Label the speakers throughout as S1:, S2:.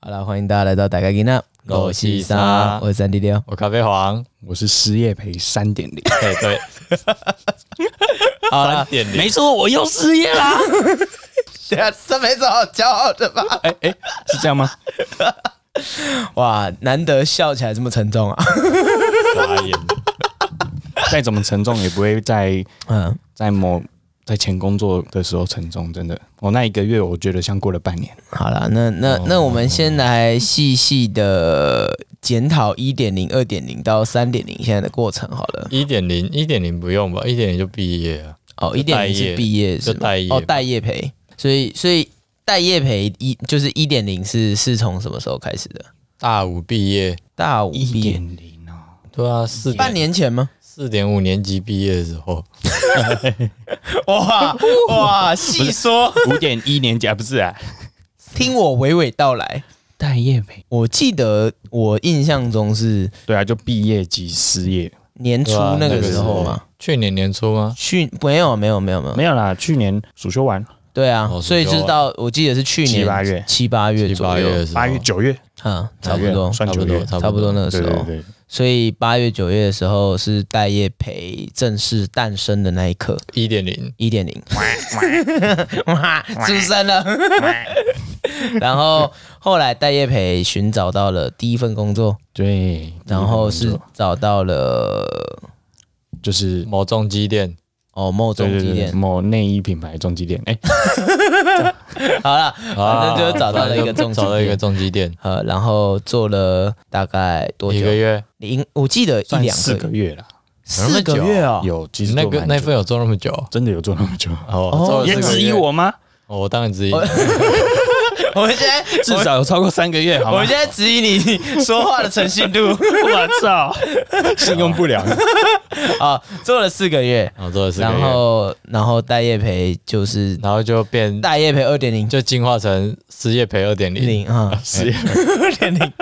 S1: 好了，欢迎大家来到大概吉娜，
S2: 我是
S1: 沙
S2: 沙，
S1: 我是三 D 六。
S2: 我咖啡黄，
S3: 我是失业赔三点零，
S2: 对对，
S1: 好
S2: 三
S1: 了，
S2: 点零，
S3: 没错，我又失业啦。
S1: 对啊，这没什么好骄傲的吧？
S3: 哎哎，是这样吗？
S1: 哇，难得笑起来这么沉重啊！
S2: 傻眼，
S3: 再怎么沉重，也不会在
S1: 嗯，
S3: 在某在前工作的时候沉重。真的，我那一个月，我觉得像过了半年。
S1: 好了，那那
S2: 哦
S1: 那我们先来细细的检讨一点零、二点零到三点零现在的过程好了。
S2: 一点零，一点零不用吧，一点零就毕业啊了，
S1: 哦，一
S2: 就
S1: 点
S2: 待
S1: 零是
S2: 业
S1: 毕业是
S2: 就
S1: 吗
S2: 待业
S1: 哦，
S2: 嘛
S1: 待业培，所以所以待业培一就是一点零是是从什么时候开始的？
S2: 大五毕业，
S1: 大五毕业，
S3: 零啊，
S2: 对啊，四
S1: 半年前吗？
S2: 四点五年级毕业的时候，
S1: 哇 哇，细说，
S3: 五点一年级啊，不是啊，
S1: 听我娓娓道来。
S3: 待业赔。
S1: 我记得我印象中是
S3: 对啊，就毕业及失业，
S1: 年初
S2: 对啊
S1: 那
S2: 那
S1: 个
S2: 个
S1: 时
S2: 时
S1: 候
S2: 候
S1: 嘛，
S2: 去年年初吗？
S1: 去没有没有没有没有
S3: 没有啦。去年暑休完，
S1: 对啊，
S2: 哦
S1: 所以就是到我记得是去年
S3: 七八月
S1: 七八月
S2: 七
S1: 左
S2: 八月
S1: 右，
S2: 的时候，
S3: 八月、九月，
S1: 嗯，差不
S3: 九月
S1: 多，
S3: 算
S2: 差
S3: 九
S2: 不多，
S3: 月，
S2: 差
S1: 差不
S2: 不
S1: 多
S2: 多，
S1: 那个
S3: 对
S1: 时
S3: 对
S1: 候。
S3: 对，
S1: 所以八月九月的时候是待业培正式诞生的那一刻，
S2: 一点零，
S1: 一点零，哇，出生了。 然后后来待业培寻找到了第一份工作，
S3: 对，
S1: 然后是找到了
S3: 就是
S2: 某中机店，
S1: 哦某
S3: 对
S1: 中
S3: 对
S1: 机
S3: 对对
S1: 店。
S3: 某内衣品牌中级店，哎，
S1: 好了，反正就找到了一个重
S2: 找到一个中机店，
S1: 呃，然后做了大概多久
S2: 一？个月，
S1: 零，我记得一
S3: 算
S1: 两
S3: 四
S1: 个
S3: 个
S1: 月，
S3: 月啦。
S1: 四个月哦，
S3: 有，其实
S2: 那
S3: 做
S2: 个
S3: 蛮
S2: 那
S3: 久
S2: 份有做那么久，
S3: 真的有做那么久，
S2: 哦，做了
S3: 也
S2: 四个
S3: 质
S2: 月
S3: 疑，我吗？
S2: 哦我当然质疑，
S1: 我们现在
S3: 至少有 超过三个月，好
S1: 我
S3: 吗
S1: 们？现在质疑你说话的诚信度
S3: 我操，信用不良，
S1: 啊，做了四个月，
S2: 然后做了四个月，
S1: 然后然后待业培就是
S2: 然后就变
S1: 待业培二点零
S2: 就进化成失业赔二点零，
S1: 零啊，
S3: 是
S1: 二点零，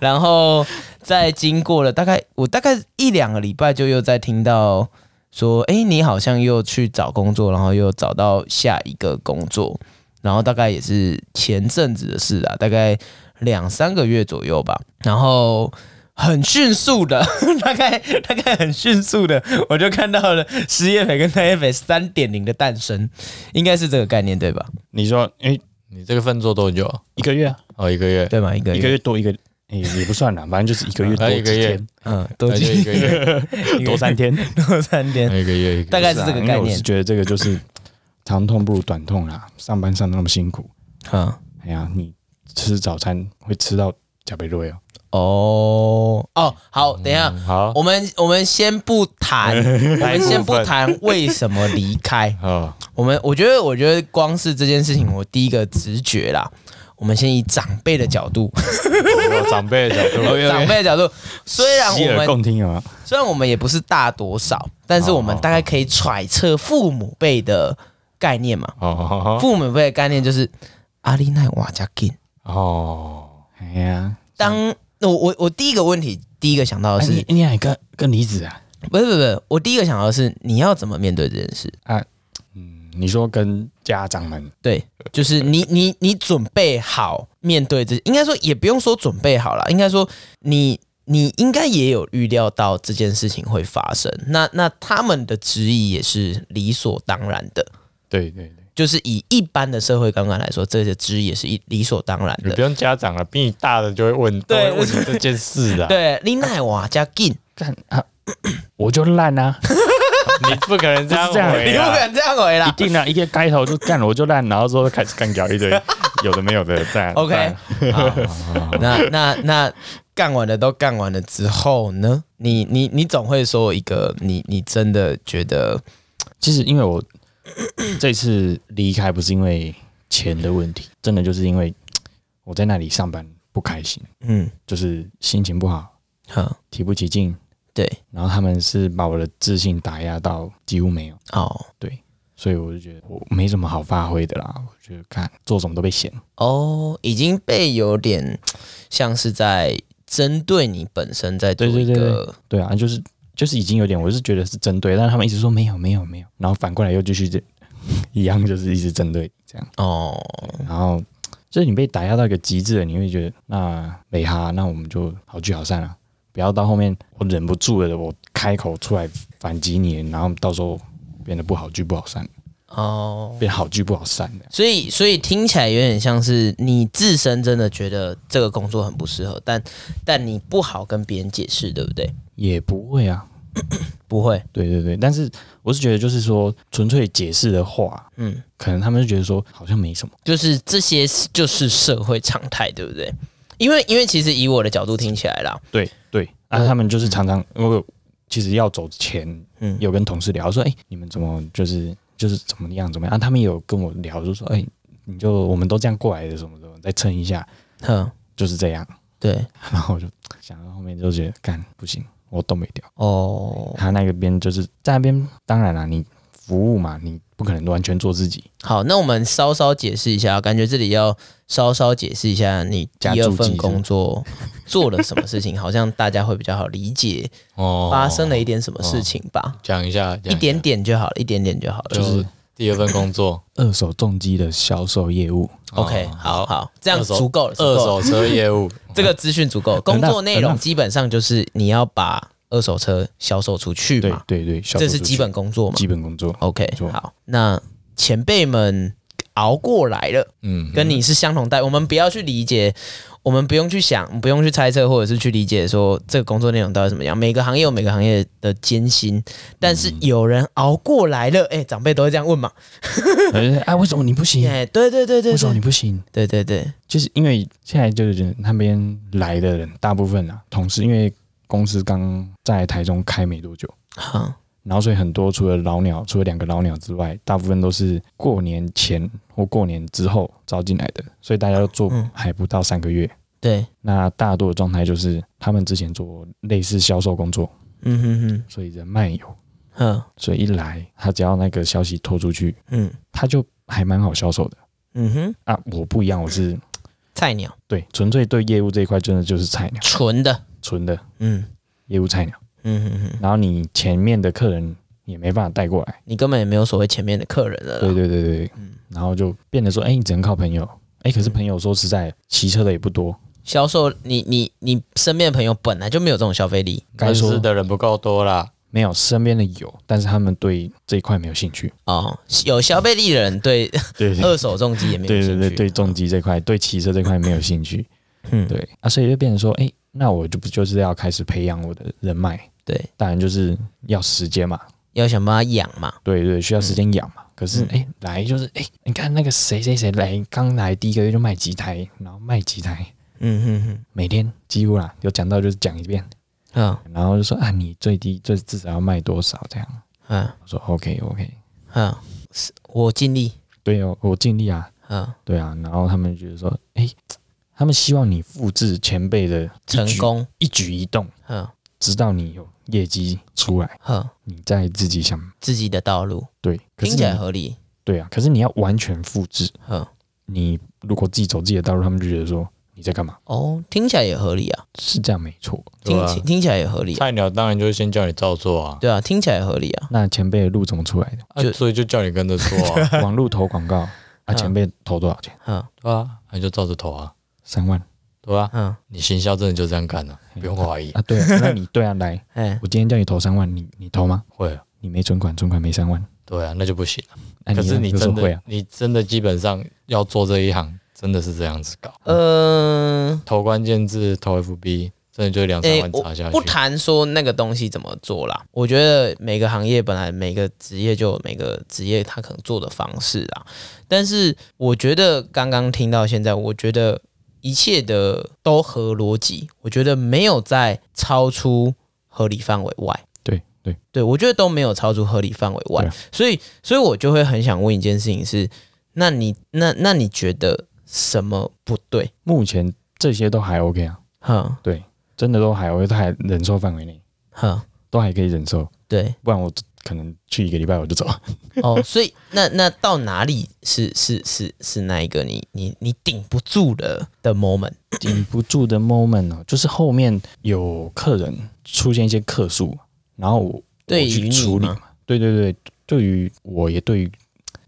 S1: 然后再经过了大概我大概一两个礼拜，就又在听到说，哎，你好像又去找工作，然后又找到下一个工作，然后大概也是前阵子的事啊，大概两三个月左右吧，然后。很迅速的， 大概大概很迅速的，我就看到了失业北跟待业北三点零的诞生，应该是这个概念对吧？
S3: 你说，哎，
S2: 你这个份做多久啊？
S3: 一个月啊，
S2: 哦，一个月，
S1: 对吗？一个
S3: 一个月多一个，哎，也不算啦，反正就是一个月多
S2: 哎一
S3: 几
S2: 个月
S3: 天，
S1: 嗯，多
S2: 那哦就一
S1: 几
S2: 个月，
S3: 多三天，
S1: 多三天，
S2: 那一个月，一个
S1: 大
S2: 月
S1: 概是这
S3: 啊
S1: 个
S3: 因
S1: 概
S3: 为我
S1: 念
S3: 是。觉得这个就是长痛不如短痛啦，上班上的那么辛苦，
S1: 嗯，
S3: 哎呀，你吃早餐会吃到加倍肉哦，
S1: 哦哦，好，等一下，
S2: 嗯好，
S1: 我们我们先不 谈，我们先不谈为什么离开。
S2: 哦，
S1: 我们我觉得，我觉得光是这件事情，我第一个直觉啦。我们先以长辈的角度，
S2: 有长辈的角度，
S1: 长辈的角度，虽然
S3: 洗
S1: 我
S3: 耳
S1: 们
S3: 恭听啊，
S1: 虽然我们也不是大多少，但是我们大概可以揣测父母辈的概念嘛。
S2: 哦哦
S1: 父母辈的概念就是阿丽奈瓦加金。
S2: 哦哦，
S3: 哎呀，
S1: 当我我我第一个问题，第一个想到的
S3: 哎
S1: 是，
S3: 你你还跟跟离子啊，
S1: 不是不是不是，我第一个想到的是你要怎么面对这件事。
S3: 嗯，你说跟家长们，
S1: 对，就是你你你准备好面对这，应该说也不用说准备好了，应该说你你应该也有预料到这件事情会发生。那那他们的质疑也是理所当然的，
S3: 对对对，
S1: 就是以一般的社会观感来说，这些质疑也是一理所当然
S2: 你
S1: 的
S2: 不。用家长了，比你大的就会问，都会
S1: 对
S2: 问你这件事啊的，
S1: 对，你奈瓦加进，
S3: 干啊，我就烂啊。
S2: 你不可能这样
S3: 不是这样
S2: 回
S1: 你不
S2: 啊，
S1: 敢这样回
S3: 一
S1: 啦。
S3: 定啊，一个开头就干了，我就烂，然后之后就开始干掉一堆有的没有的啊在。
S1: OK，
S3: 在
S1: 好，那那那干完了都干完了之后呢？你你你总会说一个你你真的觉得
S3: 其实因为我这次离开不是因为钱的问题，真的就是因为我在那里上班不开心，
S1: 嗯
S3: 就是心情不好，
S1: 好
S3: 提不起劲，
S1: 对
S3: 然后他们是把我的自信打压到几乎没有，
S1: 哦
S3: 所以我就觉得我没什么好发挥的啦。我觉得看做什么都被嫌，
S1: 哦，已经被有点像是在针对你本身在做一
S3: 对对对
S1: 个
S3: 对啊，就是就是已经有点，我是觉得是针对，但是他们一直说没有没有没有，然后反过来又继续这一样，就是一直针对这样。
S1: 哦
S3: 然后就是你被打压到一个极致了，你会觉得那没哈，那我们就好聚好散了、不要到后面我忍不住了，我开口出来反击你，然后到时候变得不好聚不好散，
S1: 哦，
S3: 变好聚不好散的。
S1: 所以，所以听起来有点像是你自身真的觉得这个工作很不适合，但但你不好跟别人解释，对不对？
S3: 也不会啊，
S1: 不会，
S3: 对对对，但是我是觉得就是说，纯粹解释的话，
S1: 嗯，
S3: 可能他们就觉得说好像没什么，
S1: 就是这些是就是社会常态，对不对？因为因为其实以我的角度听起来啦，
S3: 对对，啊，他们就是常常因为我其实要走前
S1: 嗯，
S3: 有跟同事聊说，哎、你们怎么就是就是怎么样怎么样啊？他们也有跟我聊，就说，哎、你就我们都这样过来的，什么什么，再撑一下，
S1: 哼，
S3: 就是这样。
S1: 对，
S3: 然后我就想到后面就觉得，干不行，我动不掉。
S1: 哦，
S3: 他那个边就是在那边，当然啦，你服务嘛，你不可能完全做自己，
S1: 好，那我们稍稍解释一下，感觉这里要稍稍解释一下你
S3: 加
S1: 第二
S3: 注记
S1: 份
S3: 是
S1: 工作做了什么事情，好像大家会比较好理解
S2: 哦，
S1: 发生了一点什么事情吧，
S2: 讲一下，讲下
S1: 一点，点就好了，一点点就好了。
S2: 就是第二份 工作，
S3: 二手重机的销售业务，
S1: OK，
S2: 哦
S1: 好好，这样
S2: 二手
S1: 足够了，足够
S2: 二
S1: 了
S2: 手嗯车 业务，
S1: 这个资讯足够。工作内容
S2: 嗯
S3: enough
S1: 基本上就是你要把二手车销售出去
S3: 对
S1: 嘛，
S3: 对对，销售
S1: 这是
S3: 出
S1: 基
S3: 去
S1: 本工作嘛。
S3: 基本工作。
S1: OK，
S3: 错
S1: 好，那前辈们熬过来了，
S2: 嗯，
S1: 跟你是相同待，我们不要去理解。我们不用去想，不用去猜测，或者是去理解说这个工作内容到底怎么样。每个行业有每个行业的艰辛，但是有人熬过来了，哎、长辈都会这样问嘛。
S3: 哎、啊，为什嗯么你不行？
S1: 哎、 对对对对
S3: 为什么你
S1: 对，
S3: 不行？
S1: 对对对，
S3: 就是因为现在就是那边来的人，大部分啊，同事，因为公司刚在台中开没多久，
S1: 好，
S3: 然后所以很多除了老鸟，除了两个老鸟之外，大部分都是过年前或过年之后招进来的，所以大家都做
S1: 嗯
S3: 还不到三个月。
S1: 对，
S3: 那大多的状态就是他们之前做类似销售工作，
S1: 嗯哼哼，
S3: 所以人脉有，
S1: 嗯
S3: 所以一来他只要那个消息拖出去，
S1: 嗯
S3: 他就还蛮好销售的
S1: 嗯哼，
S3: 啊。我不一样，我是
S1: 菜鸟，
S3: 对纯粹对业务这一块真的就是菜鸟，
S1: 纯的，
S3: 纯的
S1: 嗯
S3: 业务菜鸟。
S1: 嗯嗯嗯，
S3: 然后你前面的客人也没办法带过来，
S1: 你根本也没有所谓前面的客人了啦，
S3: 对对对对，
S1: 嗯
S3: 然后就变得说，哎，你只能靠朋友。哎，可是朋友说实在，骑车的也不多，
S1: 销售，你你你身边的朋友本来就没有这种消费力
S3: 该
S2: 认
S3: 说
S2: 识的人不够多啦，
S3: 没有身边的有，但是他们对这一块没有兴趣。
S1: 哦，有消费力的人对
S3: 对对
S1: 二手重机也没有
S3: 对
S1: 兴
S3: 对
S1: 趣，
S3: 对，对重机这块，对骑车这块没有兴趣。
S1: 嗯
S3: 对啊，所以就变成说，哎，那我就不就是要开始培养我的人脉？
S1: 对，
S3: 当然就是要时间嘛，
S1: 要想办法养嘛，
S3: 对对，需要时间养嘛。可是
S1: 嗯
S3: 哎、诶来就是哎、诶你看那个谁谁谁来，刚来第一个月就卖几台，然后卖几台，
S1: 嗯哼哼，
S3: 每天几乎啦，有讲到就是讲一遍，
S1: 嗯
S3: 然后就说啊，你最低最至少要卖多少这样。
S1: 嗯
S3: 我说 OK OK，
S1: 嗯，是我尽力，
S3: 对哦，我尽力啊，
S1: 嗯，
S3: 对啊。然后他们觉得说，哎、他们希望你复制前辈的一
S1: 成
S3: 举
S1: 功，
S3: 一举一动，
S1: 嗯
S3: 直到你有业绩出来，
S1: 嗯，
S3: 你再自己想
S1: 自己的道路
S3: 对。可
S1: 听
S3: 是
S1: 起来
S3: 你
S1: 合理，
S3: 对啊，可是你要完全复制，
S1: 嗯。
S3: 你如果自己走自己的道路，他们就觉得说你在干嘛？
S1: 哦，听起来也合理啊，
S3: 是这样没错。
S1: 听、
S2: 对啊
S1: 听听起来也合理、啊，
S2: 菜鸟当然就是先叫你照做啊，
S1: 对啊，听起来也合理啊。
S3: 那前辈的路怎么出来
S2: 啊
S1: 就
S2: 所以就叫你跟着做 啊，
S3: 的？网路投广告啊，
S1: 嗯
S3: 前辈投多少钱？
S1: 嗯
S2: 对啊，那你就照着投啊，
S3: 三万
S2: 对吧？
S1: 嗯，
S2: 你行销真的就这样干的，不用 怀疑，
S3: 啊？对啊，那你对啊，来，
S1: 哎，
S3: 我今天叫你投三万，你你投吗？
S2: 会啊，
S3: 你没存款，存款没三万，
S2: 对啊，那就不行。
S3: 那
S2: 可是你
S3: 就
S2: 真
S3: 说会
S2: 的
S3: 啊，，
S2: 你真的基本上要做这一行，真的是这样子搞，
S1: 呃，
S2: 投关键字，投 FB，真的就两三
S1: 哎，
S2: 万
S1: 我
S2: 查下去
S1: 不。谈说那个东西怎么做啦，我觉得每个行业本来每个职业就有每个职业他可能做的方式啦，但是我觉得刚刚听到现在，我觉得一切的都合逻辑，我觉得没有在超出合理范围外。
S3: 对对，
S1: 对，我觉得都没有超出合理范围外，
S3: 对啊
S1: 所以，所以我就会很想问一件事情是：那你那那你觉得什么不对？
S3: 目前这些都还 OK 啊，
S1: 哼
S3: 真的都还 OK，都还忍受范围内，
S1: 哼，
S3: 都还可以忍受，
S1: 对
S3: 不然我可能去一个礼拜我就走。
S1: 哦，所以那那到哪里是是是是那一个你你你顶不住的的 moment？
S3: 顶不住的 moment 哦，就是后面有客人出现一些客诉，然后我
S1: 对
S3: 我去
S1: 于你
S3: 处理
S1: 吗
S3: 嘛。对对对，对于我也对于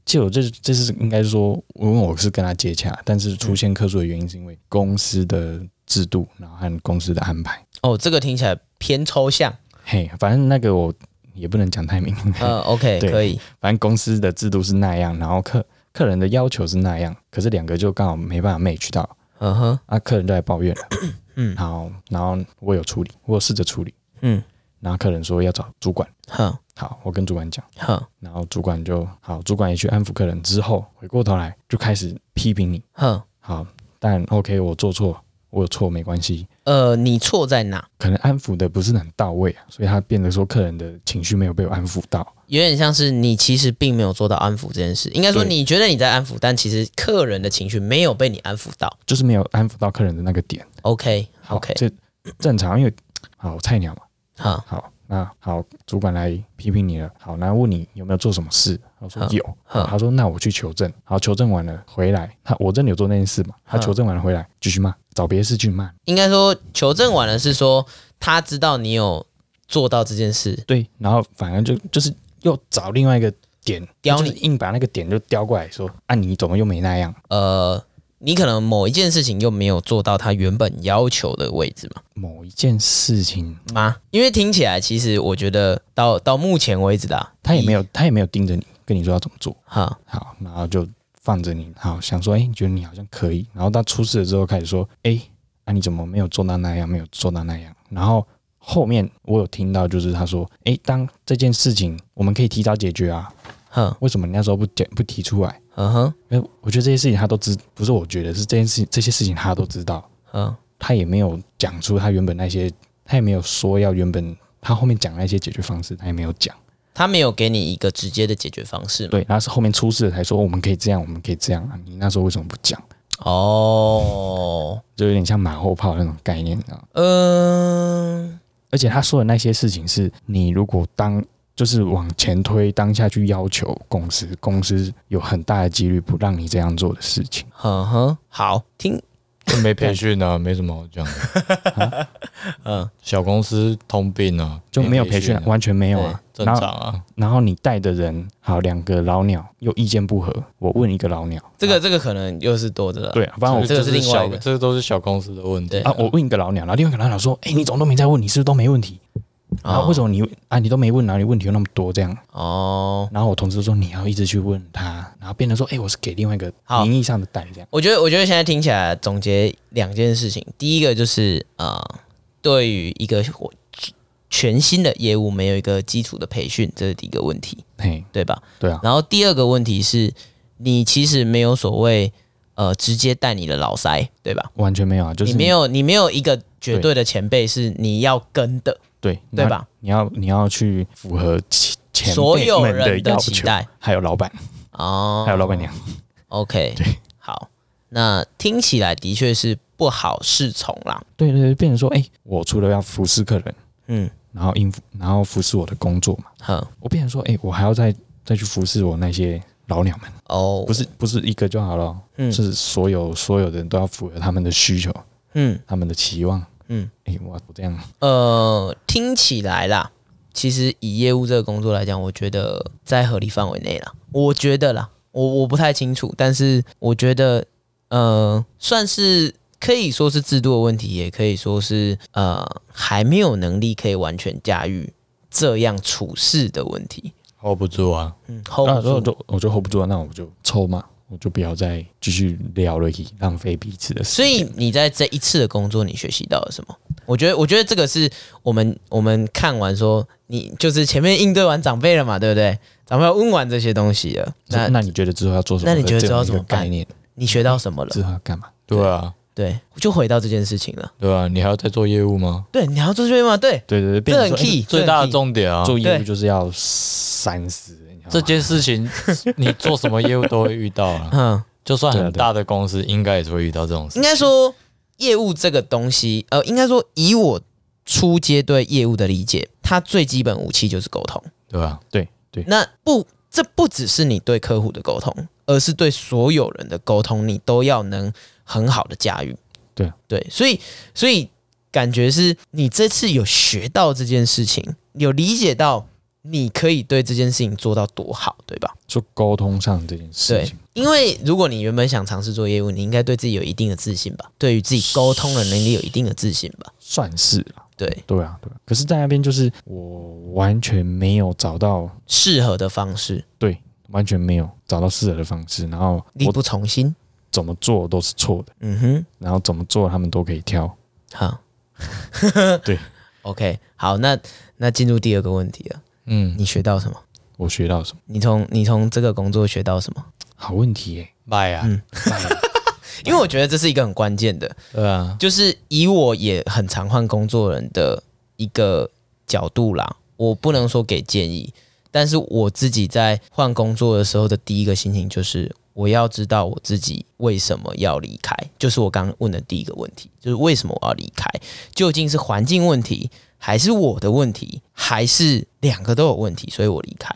S3: 其实我这这是应该说，因为我是跟他接洽，但是出现客诉的原因是因为公司的制度，然后和公司的安排。
S1: 哦，这个听起来偏抽象。
S3: 嘿，反正那个我也不能讲太明，
S1: 嗯，OK，
S3: 对
S1: 可以。
S3: 反正公司的制度是那样，然后客客人的要求是那样，可是两个就刚好没办法 match 到，
S1: 嗯哼，
S3: 啊，客人就来抱怨了，
S1: 嗯
S3: 然后然后我有处理，我有试着处理，
S1: 嗯，
S3: 然后客人说要找主管，
S1: 哼
S3: 好，我跟主管讲，
S1: 哼
S3: 然后主管就好，主管也去安抚客人之后，回过头来就开始批评你，
S1: 哼。
S3: 好，但 OK，我做错，我有错没关系，
S1: 呃，你错在哪？
S3: 可能安抚的不是很到位啊，所以他变得说客人的情绪没有被我安抚到，
S1: 有点像是你其实并没有做到安抚这件事，应该说
S3: 对
S1: 你觉得你在安抚，但其实客人的情绪没有被你安抚到。
S3: 就是没有安抚到客人的那个点。
S1: OK
S3: 好
S1: OK，
S3: 这正常，因为好菜鸟嘛。
S1: 好
S3: 好，那好，主管来批评你了，好，那问你有没有做什么事？他说
S1: 嗯
S3: 有，
S1: 嗯
S3: 他说那我去求证，好，求证完了回来，他我真的有做那件事嘛？他
S1: 嗯
S3: 求证完了回来继续骂，找别的事去骂，
S1: 应该说求证完了是说他知道你有做到这件事，
S3: 对，然后反正就就是又找另外一个点，
S1: 刁
S3: 就是
S1: 你
S3: 硬把那个点就刁过来说，啊，你怎么又没那样？
S1: 呃，你可能某一件事情又没有做到他原本要求的位置嘛？
S3: 某一件事情，
S1: 吗？因为听起来其实我觉得到到目前为止啦，
S3: 他也没
S1: 有
S3: 有，他也没有盯着你，跟你说要怎么做，
S1: 哈，
S3: 好，然后就放着你，好，想说，哎、你觉得你好像可以，然后他出事了之后开始说，哎、啊，你怎么没有做到那样，没有做到那样，然后后面我有听到就是他说，哎、当这件事情我们可以提早解决啊，
S1: 哼
S3: 为什么你那时候不解不提出来？
S1: 嗯哼
S3: 哎，我觉得这些事情他都知，不是我觉得是这件事，这些事情他都知道，
S1: 嗯
S3: 他也没有讲出他原本那些，他也没有说要原本他后面讲那些解决方式，他也没有讲。
S1: 他没有给你一个直接的解决方式嘛？
S3: 对，然后是后面出事了才说我们可以这样，我们可以这样啊！你那时候为什么不讲？
S1: 哦，
S3: 就有点像马后炮那种概念，你知道吗？
S1: 嗯、
S3: 而且他说的那些事情是，你如果当就是往前推，当下去要求公司，公司有很大的几率不让你这样做的事情。
S1: 哼哼，好听，
S2: 就没培训啊，没什么好 讲的。
S1: 嗯
S2: 小公司通病啊，
S3: 啊就没有培训啊，
S2: 啊
S3: 完全没有啊。
S2: 正
S3: 然
S2: 常
S3: 后，
S2: 啊。
S3: 然后你带的人，好两个老鸟又意见不合，我问一个老鸟，
S1: 这个这个可能又是多的了。
S3: 对，啊反正我
S1: 这个是另外一个
S2: 小这都是小公司的问题
S1: 对。
S3: 啊，我问一个老鸟，然后另外一个老鸟说，哎，你总都没在问，你是不是都没问题？然后为什
S1: 么？
S3: 么你啊你都没问，然后你问题又那么多这样？
S1: 哦，
S3: 然后我同事说你要一直去问他，然后变成说，哎，我是给另外一个
S1: 好
S3: 名义上的带这样。
S1: 我觉得，我觉得现在听起来总结两件事情，第一个就是呃，对于一个我全新的业务没有一个基础的培训，这是第一个问题，
S3: 嘿，
S1: 对吧？
S3: 对啊，
S1: 然后第二个问题是你其实没有所谓呃直接带你的老塞，对吧？
S3: 完全没有啊，就是
S1: 你没有你没有一个绝对的前辈是你要跟的，
S3: 对
S1: 对？吧？
S3: 你要你要去符合前前
S1: 所
S3: 辈
S1: 有
S3: 们
S1: 人
S3: 要
S1: 期
S3: 求，
S1: 待
S3: 还有老板，
S1: 哦，
S3: 还有老板娘。
S1: OK，好，那听起来的确是不好侍从啦。
S3: 对对对，变成说，哎，我除了要服侍客人，
S1: 嗯，
S3: 然后应付，然后服侍我的工作嘛，
S1: 哼，
S3: 我变成说，哎，我还要再再去服侍我那些老鸟们，
S1: 哦，
S3: 不是不是一个就好了哦，
S1: 嗯
S3: 是所有所有的人都要符合他们的需求，
S1: 嗯
S3: 他们的期望。
S1: 嗯，
S3: 哎，我我这样
S1: 呃，听起来啦，其实以业务这个工作来讲，我觉得在合理范围内啦，我觉得啦，我我不太清楚，但是我觉得，呃，算是可以说是制度的问题，也可以说是呃还没有能力可以完全驾驭这样处事的问题。
S2: hold 不住啊，
S1: 嗯，hold
S3: 那
S1: 不
S3: 如果
S1: 住。
S3: 就我就 hold 不住了，那我就抽嘛，我就不要再继续聊了，浪费彼此的时
S1: 所
S3: 间。
S1: 以你在这一次的工作，你学习到了什么？我觉得，我觉得这个是我们我们看完说，你就是前面应对完长辈了嘛，对不对？长辈问完这些东西了，
S3: 那
S1: 那
S3: 那你觉得之后要做什么？
S1: 那你觉得之后怎么
S3: 这
S1: 办
S3: 样一个概念
S1: 你学到什么了？
S3: 之后要干嘛？
S2: 对啊，
S1: 对，就回到这件事情了。
S2: 对啊，你还要再做业务吗？
S1: 对，你要做这边吗？对，
S3: 对对对，变
S1: 这
S3: 成
S1: 很
S3: 说
S1: key，
S2: 最大的
S1: 重
S2: 重点啊
S3: 哎，做业务啊
S1: 对
S3: 就是要三思。你知道吗
S2: 这件事情你做什么业务都会遇到 啊，
S1: 嗯，
S2: 就算
S3: 对啊
S2: 很
S3: 对
S2: 大的公司，应该也是会遇到这种事。
S1: 应该说业务这个东西，呃，应该说以我初阶对业务的理解，它最基本武器就是沟通。
S2: 对啊，
S3: 对对
S1: 那不，这不只是你对客户的沟通，而是对所有人的沟通，你都要能很好的驾驭。
S3: 对啊
S1: 对，所以所以感觉是你这次有学到这件事情，有理解到你可以对这件事情做到多好，对吧？
S3: 就沟通上这件事
S1: 对
S3: 情，
S1: 因为如果你原本想尝试做业务，你应该对自己有一定的自信吧？对于自己沟通的能力有一定的自信吧？
S3: 算是啦。
S1: 对，
S3: 对啊，对啊。可是，在那边就是我完全没有找到，
S1: 适合的方式，
S3: 完全没有找到适合的方式，然后
S1: 力
S3: 我
S1: 不从心。
S3: 怎么做都是错的，
S1: 嗯哼，
S3: 然后怎么做他们都可以挑。
S1: 好，
S3: 对
S1: ，OK，好，那那进入第二个问题了，
S2: 嗯，
S1: 你学到什么？
S3: 我学到什么？
S1: 你从你从这个工作学到什么？
S3: 好问题耶、
S2: 拜啊，
S3: 嗯
S1: 因为我觉得这是一个很关键的，
S2: 对啊，
S1: 就是以我也很常换工作人的一个角度啦，我不能说给建议，但是我自己在换工作的时候的第一个心情就是，我要知道我自己为什么要离开，就是我刚刚问的第一个问题，就是为什么我要离开？究竟是环境问题，还是我的问题，还是两个都有问题，所以我离开？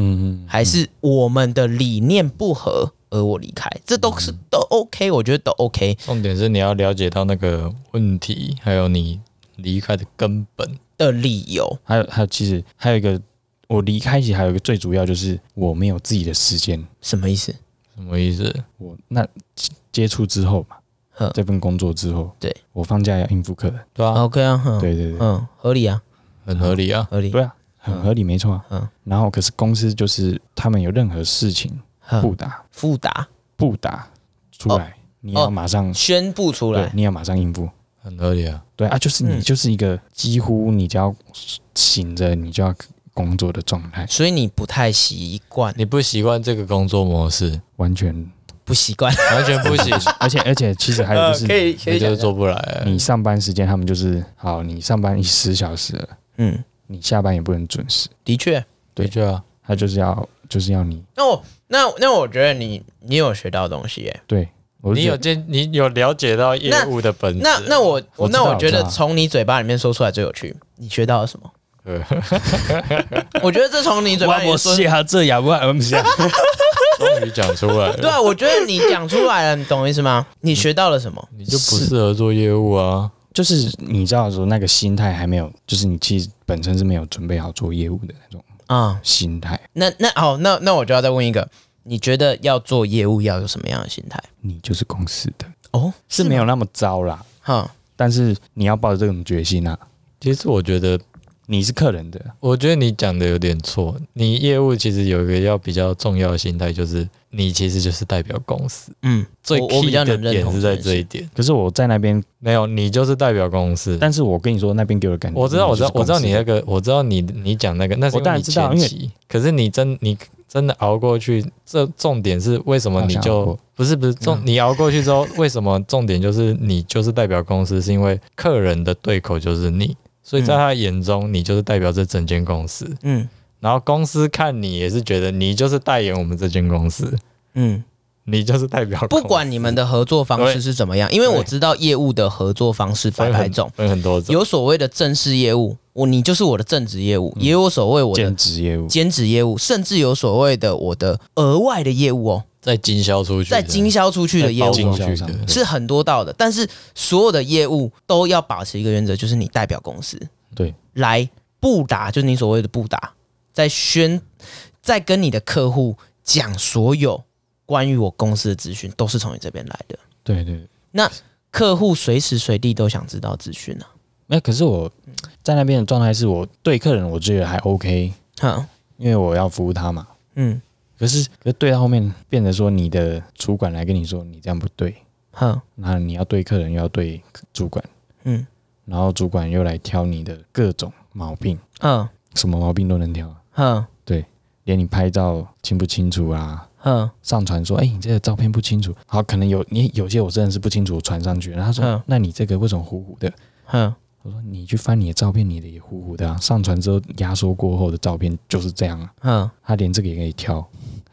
S3: 嗯嗯，
S1: 还是我们的理念不合而我离开？这都是都 OK，我觉得都 OK。
S2: 重点是你要了解到那个问题，还有你离开的根本。
S1: 的理由，
S3: 还有还有，其实还有一个，我离开其实还有一个最主要就是我没有自己的时间。
S1: 什么意思？
S2: 什么意思？
S3: 我那接接触之后嘛
S1: 嗯，
S3: 这份工作之后，
S1: 对
S3: 我放假要应付客人，
S2: 对啊，
S1: OK 啊，哼
S3: 对对对，
S1: 嗯，合理啊，
S2: 很合理啊。
S1: 合理。
S3: 对啊，很合理，没错啊。
S1: 嗯
S3: 然后可是公司就是他们有任何事情
S1: 哼
S3: 不打
S1: 复达
S3: 不打出来，你要马上
S1: 宣布出
S3: 对
S1: 来，，
S3: 你要马上应付。
S2: 很合理啊，
S3: 对啊，就是你
S1: 嗯
S3: 就是一个几乎你只要醒着你就要工作的状态，
S1: 所以你不太习惯，
S2: 你不习惯这个工作模式，
S3: 完全。
S1: 不习惯。
S2: 完全不 行，
S3: 而且而且其实还有就是
S1: 呃以嗯
S2: 你就是做不来。啊
S3: 你上班时间，他们就是好，你上班十小时了，
S1: 嗯，
S3: 你下班也不能准时，
S1: 的确。
S3: 对
S2: 的确啊，
S3: 他就是要就是要你
S1: 那我那那我觉得你你有学到东西耶。
S3: 对，我就
S2: 你
S3: 觉
S2: 有
S3: 得
S2: 见你有了解到业务的本质。
S1: 那那我
S3: 我知
S1: 那
S3: 道
S1: 我觉
S3: 我
S1: 得
S3: 知道
S1: 从你嘴巴里面说出来最有趣。你学到了什么？
S2: 呃
S1: 我觉得这从你嘴巴里面说，
S3: 下这也不我不下，
S2: 终于讲出来
S1: 对
S2: 了，
S1: 啊，我觉得你讲出来了，你懂我意思吗？
S3: 嗯
S1: 你学到了什么？
S2: 你就不适合做业务啊。
S3: 就是你知道说那个心态还没有，就是你其实本身是没有准备好做业务的那种
S1: 啊、
S3: 心态，
S1: 那那好，那那我就要再问一个，你觉得要做业务要有什么样的心态？
S3: 你就是公司的，
S1: 哦，
S3: 是没有那么糟啦，
S1: 哈，
S3: 但是你要抱着这种决心啊，
S2: 其实我觉得，
S3: 你是客人的，
S2: 我觉得你讲的有点错。你业务其实有一个要比较重要的心态，就是你其实就是代表公司。
S1: 嗯，
S2: 最
S1: 我我
S2: key
S1: 比较
S2: 的
S1: 能认
S2: 点
S1: 同
S2: 是在
S1: 件事
S2: 这一点，
S3: 可是我在那边，
S2: 没有你就是代表公司。
S3: 但是我跟你说那边给我的感觉，
S2: 我知道，我知道，
S3: 就是
S2: 我
S3: 公
S2: 知
S3: 司
S2: 道你那个，我知道你你讲那个，那是
S3: 我当然
S2: 因为你
S3: 知道
S2: 前期可是你真你真的熬过去，这重点是为什么你
S3: 好像熬
S2: 就
S3: 过嗯
S2: 不是不是重、你熬过去之后，为什么重点就是你就是代表公司，是因为客人的对口就是你，所以在
S1: 嗯
S2: 他眼中你就是代表这整间公司，
S1: 嗯
S2: 然后公司看你也是觉得你就是代言我们这间公司，
S1: 嗯，
S2: 你就是代表公
S1: 不
S2: 司
S1: 管你们的合作方式是怎么样，因为我知道业务的合作方式百
S2: 分
S1: 百
S2: 很
S1: 种，
S2: 分很多种，
S1: 有所谓的正式业务，我你就是我的正职业务，也有所谓我的
S3: 兼职业务，
S1: 嗯兼职业务，甚至有所谓的我的额外的业务哦，
S2: 在经销出去的，
S1: 在经销出去的业
S2: 包
S1: 务
S3: 经
S2: 出
S1: 哦。
S3: 销
S2: 去
S3: 商
S2: 的，
S1: 是很多道的，但是所有的业务都要保持一个原则，就是你代表公司，
S3: 对，
S1: 来布达，就是你所谓的布达，在宣，在跟你的客户讲所有关于我公司的资讯，都是从你这边来的。
S3: 对对对，
S1: 客户随时随地都想知道资讯啊。
S3: 那可是我在那边的状态是我对客人我觉得还 OK，
S1: 哼，
S3: 因为我要服务他嘛，
S1: 嗯，
S3: 可是，可是对到后面变得说，你的主管来跟你说你这样不对，
S1: 哼，
S3: 那你要对客人，又要对主管，
S1: 嗯，
S3: 然后主管又来挑你的各种毛病，
S1: 嗯，
S3: 什么毛病都能挑，啊
S1: 哼，
S3: 连你拍照清不清楚啊，
S1: 哼，
S3: 上传说，哎、你这个照片不清楚，好，可能有你有些我真的是不清楚，我传上去，然后他说，
S1: 嗯
S3: 那你这个为什么糊糊的？
S1: 哼，
S3: 我说你去翻你的照片，你的也糊糊的啊，上传之后压缩过后的照片就是这样啊，
S1: 哼，
S3: 他连这个也可以挑，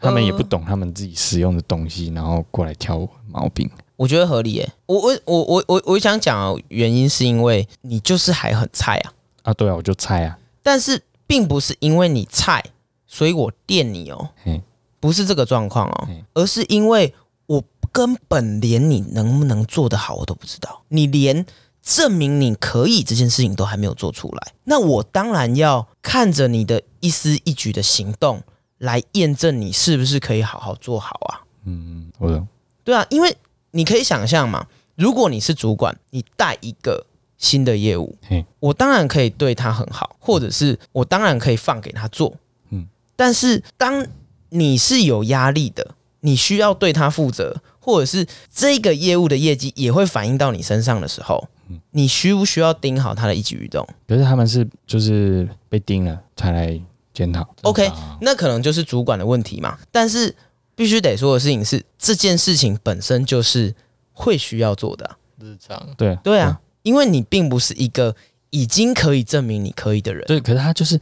S3: 他们也不懂他们自己使用的东西，然后过来挑我毛病。
S1: 我觉得合理耶、我我我我我我想讲的原因是因为你就是还很菜啊，
S3: 啊，对啊，我就猜啊，
S1: 但是并不是因为你菜，所以我电你哦
S3: 嗯，
S1: 不是这个状况哦
S3: 嗯，
S1: 而是因为我根本连你能不能做得好我都不知道，你连证明你可以这件事情都还没有做出来，那我当然要看着你的一丝一举的行动来验证你是不是可以好好做好啊。
S3: 嗯，我懂，
S1: 对啊，因为你可以想象嘛，如果你是主管，你带一个新的业务
S3: 嘿，
S1: 我当然可以对他很好，或者是我当然可以放给他做，
S3: 嗯
S1: 嗯，但是当你是有压力的，你需要对他负责，或者是这个业务的业绩也会反映到你身上的时候，
S3: 嗯
S1: 你需不需要盯好他的一举一动
S3: 可是他们是就是被盯了才来检讨。
S1: ？OK，
S3: 啊
S1: 那可能就是主管的问题嘛。但是必须得说的事情是，这件事情本身就是会需要做的啊、
S2: 日常
S3: 对
S1: 对啊，因为你并不是一个已经可以证明你可以的人。
S3: 对，可是他就是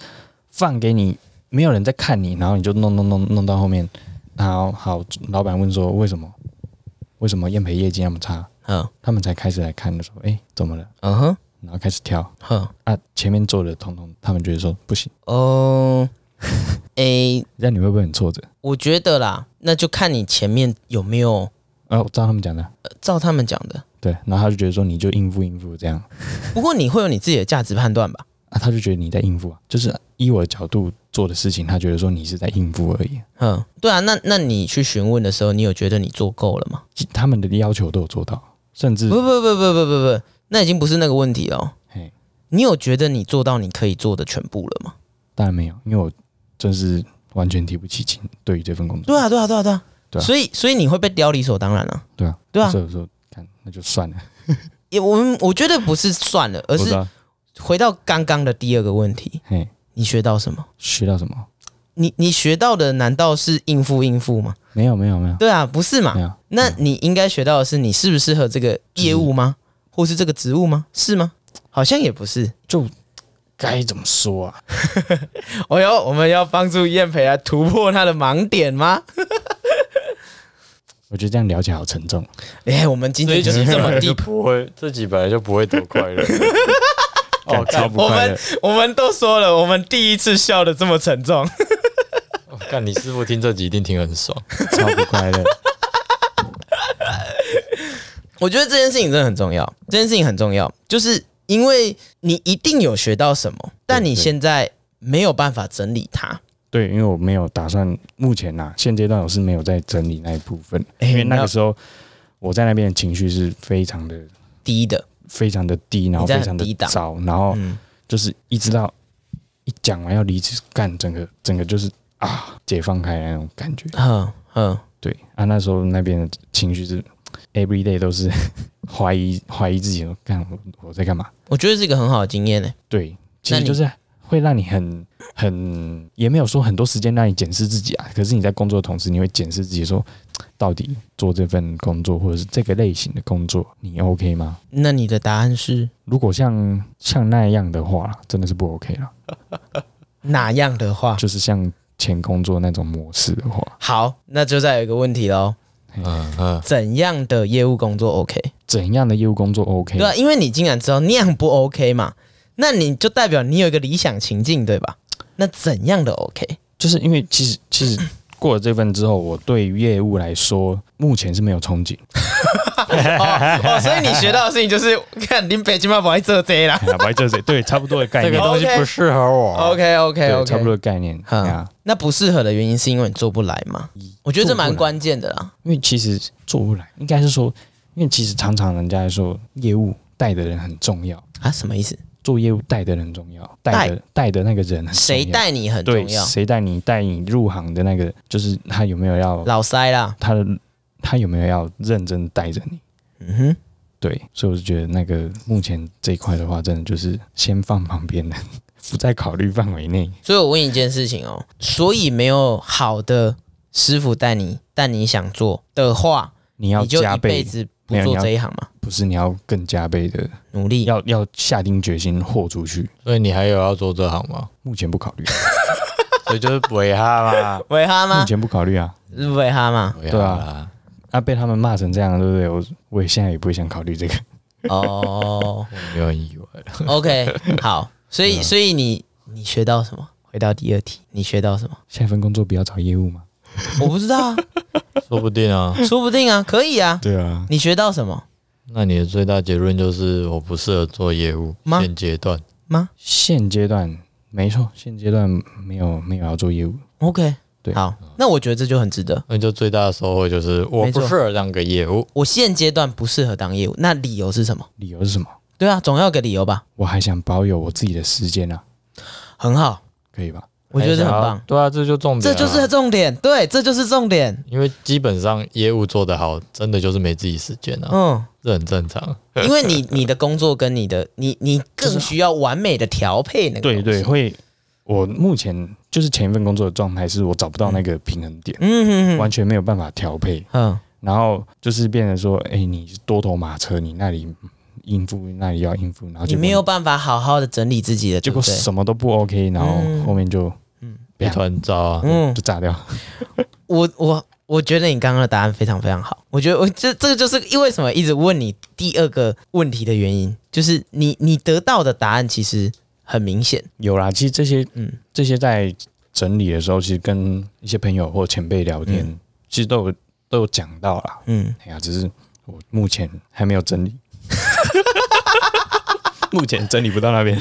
S3: 放给你，没有人在看你，然后你就弄弄弄弄到后面，然后好，老板问说为什么？为什么验培业绩那么差？
S1: 嗯
S3: 他们才开始来看的时候，哎、怎么了？
S1: 嗯哼
S3: 然后开始挑
S1: 哼
S3: 啊，前面做的通通，他们觉得说不行，
S1: 哦，诶、
S3: 这样你会不会很挫折？
S1: 我觉得啦，那就看你前面有没有、
S3: 啊，我照他们讲的，
S1: 呃照他们讲的。
S3: 对，然后他就觉得说你就应付应付这样，
S1: 不过你会有你自己的价值判断吧？
S3: 啊，他就觉得你在应付啊，就是以我的角度做的事情，他觉得说你是在应付而已。
S1: 嗯，对啊，那那你去询问的时候，你有觉得你做够了吗？
S3: 其他们的要求都有做到，甚至
S1: 不不不不不不不，那已经不是那个问题了哦。
S3: 嘿，
S1: 你有觉得你做到你可以做的全部了吗？
S3: 当然没有，因为我真是完全提不起劲对于这份工作。
S1: 对啊，对啊，对啊，对啊。
S3: 对啊
S1: 所以所以你会被雕理所当然啊。
S3: 对啊，
S1: 对啊
S3: 所以我说看那就算了，
S1: 也我们我觉得不是算了，而
S3: 我知
S1: 是
S3: 道
S1: 回到刚刚的第二个问题，
S3: 嘿
S1: 你学到什么？
S3: 学到什么？
S1: 你你学到的难道是应付应付吗？
S3: 没有没有没有
S1: 对啊，不是
S3: 没
S1: 嘛？
S3: 有，
S1: 那你应该学到的是你适不适合这个业务吗？或是这个职务吗？是吗？好像也不是。
S3: 该怎么说啊？
S1: 哦哟，我们要帮助燕培来突破他的盲点吗？
S3: 我觉得这样聊起来好沉重。
S1: 哎、我们今天就是这 么地，
S2: 不会，自己本来就不会多快乐。 哦，
S3: 超
S2: 干
S3: 不
S1: 我
S3: 快
S1: 们
S3: 乐。
S1: 我们都说了，我们第一次笑的这么沉重。
S2: 哦干，你师傅听这集一定听很爽。
S3: 超不快乐。
S1: 我觉得这件事情真的很重要，这件事情很重要，就是因为你一定有学到什么，但你
S3: 对
S1: 现在没有办法整理它。
S3: 对，因为我没有打算，目前呐、现阶段我是没有在整理那一部分，
S1: 哎
S3: 因为那个时候我在那边的情绪是非常的、
S1: 第一的，
S3: 非常的低，然后
S1: 你在
S3: 非
S1: 很
S3: 常的
S1: 低档
S3: 糟，然后
S1: 嗯，
S3: 就是一直到一讲完要离职，干整个整个就是啊，解放开来那种感觉。
S1: 嗯嗯，
S3: 对啊，那时候那边的情绪是 every day 都是 怀疑怀疑自己，说干我我在干嘛？
S1: 我觉得是一个很好的经验欸呢、
S3: 对，其实
S1: 你
S3: 就是会让你很很也没有说很多时间让你检视自己啊。可是你在工作的同时，你会检视自己说，到底做这份工作或者是这个类型的工作，你 OK 吗？
S1: 那你的答案是
S3: 如果像像那样的话，真的是不 OK 了。
S1: 哪样的话？
S3: 就是像前工作那种模式的话，
S1: 好，那就再有一个问题喽，
S2: 嗯嗯，
S1: 怎样的业务工作 OK？
S3: 怎样的业务工作 OK？
S1: 对啊，因为你竟然知道那样不 OK 嘛，那你就代表你有一个理想情境，对吧？那怎样的 OK？
S3: 就是因为其实其
S1: 嗯
S3: 实过了这份之后，我对于业务来说，目前是没有憧憬。
S1: 哦哦，所以你学到的事情就是，看林北京嘛不爱做这啦。
S3: 哎白这是对差不多的概
S2: 这个
S1: 念
S2: 东西不适合我。
S1: OK OK
S3: 哦对
S1: OK，
S3: 差不多的概念
S1: 哈
S3: 啊。
S1: 那不适合的原因是因为你做不来吗？我觉得这蛮关键的啦。
S3: 因为其实做不来，应该是说，因为其实常常人家说业务带的人很重要，
S1: 啊，什么意思？
S3: 做业务带的人很重要，带的带的那个人很重要
S1: 谁带你很
S3: 对
S1: 重要。
S3: 谁带你带你入行的那个，就是他有没有要
S1: 老塞啦，
S3: 他的他有没有要认真带着你。
S1: 嗯哼，
S3: 对，所以我就觉得那个目前这一块的话，真的就是先放旁边的， 不在考虑范围内。
S1: 所以我问一件事情哦，所以没有好的师傅带你，但你想做的话，
S3: 你要
S1: 你就
S3: 加
S1: 一辈
S3: 倍，
S1: 子不
S3: 没有你
S1: 做
S3: 要
S1: 这一行嘛，
S3: 不是你要更加倍的，
S1: 努力。
S3: 要要下定决心豁出去。
S2: 所以你还有要做这行吗？
S3: 目前不考虑，
S2: 所以就是尾哈 嘛，
S1: 尾哈
S3: 目
S1: 吗？
S3: 前不考虑啊。
S1: 是尾哈吗？
S2: 尾
S3: 对
S2: 哈
S3: 啊
S2: 啦。
S3: 啊，被他们骂成这样，对不对？我我也现在也不会想考虑这个。
S1: 哦
S2: 没有很意外了。
S1: ，OK，好，所
S3: 嗯
S1: 以所以你你学到什么？回到第二题，你学到什么？
S3: 下一份工作不要找业务吗？
S1: 我不知道啊，
S2: 说不定啊，
S1: 说不定啊，可以啊。
S3: 对啊，
S1: 你学到什么？
S2: 那你的最大结论就是我不适合做业务，
S1: 吗
S2: 现阶段
S1: 吗
S3: 现阶段没错，现阶段没有没有要做业务，
S1: ？OK，
S3: 对
S1: 好，那我觉得这就很值得。
S2: 那就最大的收获就是我
S1: 没
S2: 不
S1: 错
S2: 适合当个业务。
S1: 我现阶段不适合当业务，那理由是什么？
S3: 理由是什么？
S1: 对啊，总要有个理由吧。
S3: 我还想保有我自己的时间啊，
S1: 很好，
S3: 可以吧？
S1: 我觉得
S3: 哎
S1: 这很
S2: 还想要
S1: 棒，
S2: 对啊，这就重点
S1: 这
S2: 啊、
S1: 就是重点。对，这就是重点。
S2: 因为基本上业务做得好，真的就是没自己时间啊，
S1: 嗯，
S2: 这很正常。
S1: 因为你你的工作跟你的你你更需要完美的调配那个。
S3: 对对，，会。我目前就是前一份工作的状态是我找不到那个平衡点，
S1: 嗯哼
S3: 完
S1: 哼，
S3: 全没有办法调配，
S1: 嗯，
S3: 然后就是变成说，哎、你是多头马车，你那里应付那里要应付，然后
S1: 你
S3: 结果
S1: 没有办法好好的整理自己的，
S3: 结果
S1: 对不对
S3: 什么都不 OK，然后
S1: 嗯
S3: 后面就
S2: 一团糟啊，
S1: 嗯
S3: 就，炸掉。
S1: 我我我觉得你刚刚的答案非常非常好，我觉得我这这个就是因为什么一直问你第二个问题的原因，就是你你得到的答案其实很明显，
S3: 有啦，其实这些
S1: 嗯
S3: 这些在整理的时候，其实跟一些朋友或前辈聊天，其实都有都有讲到啦。
S1: 嗯，
S3: 哎呀，只是我目前还没有整理， 目前整理不到那边。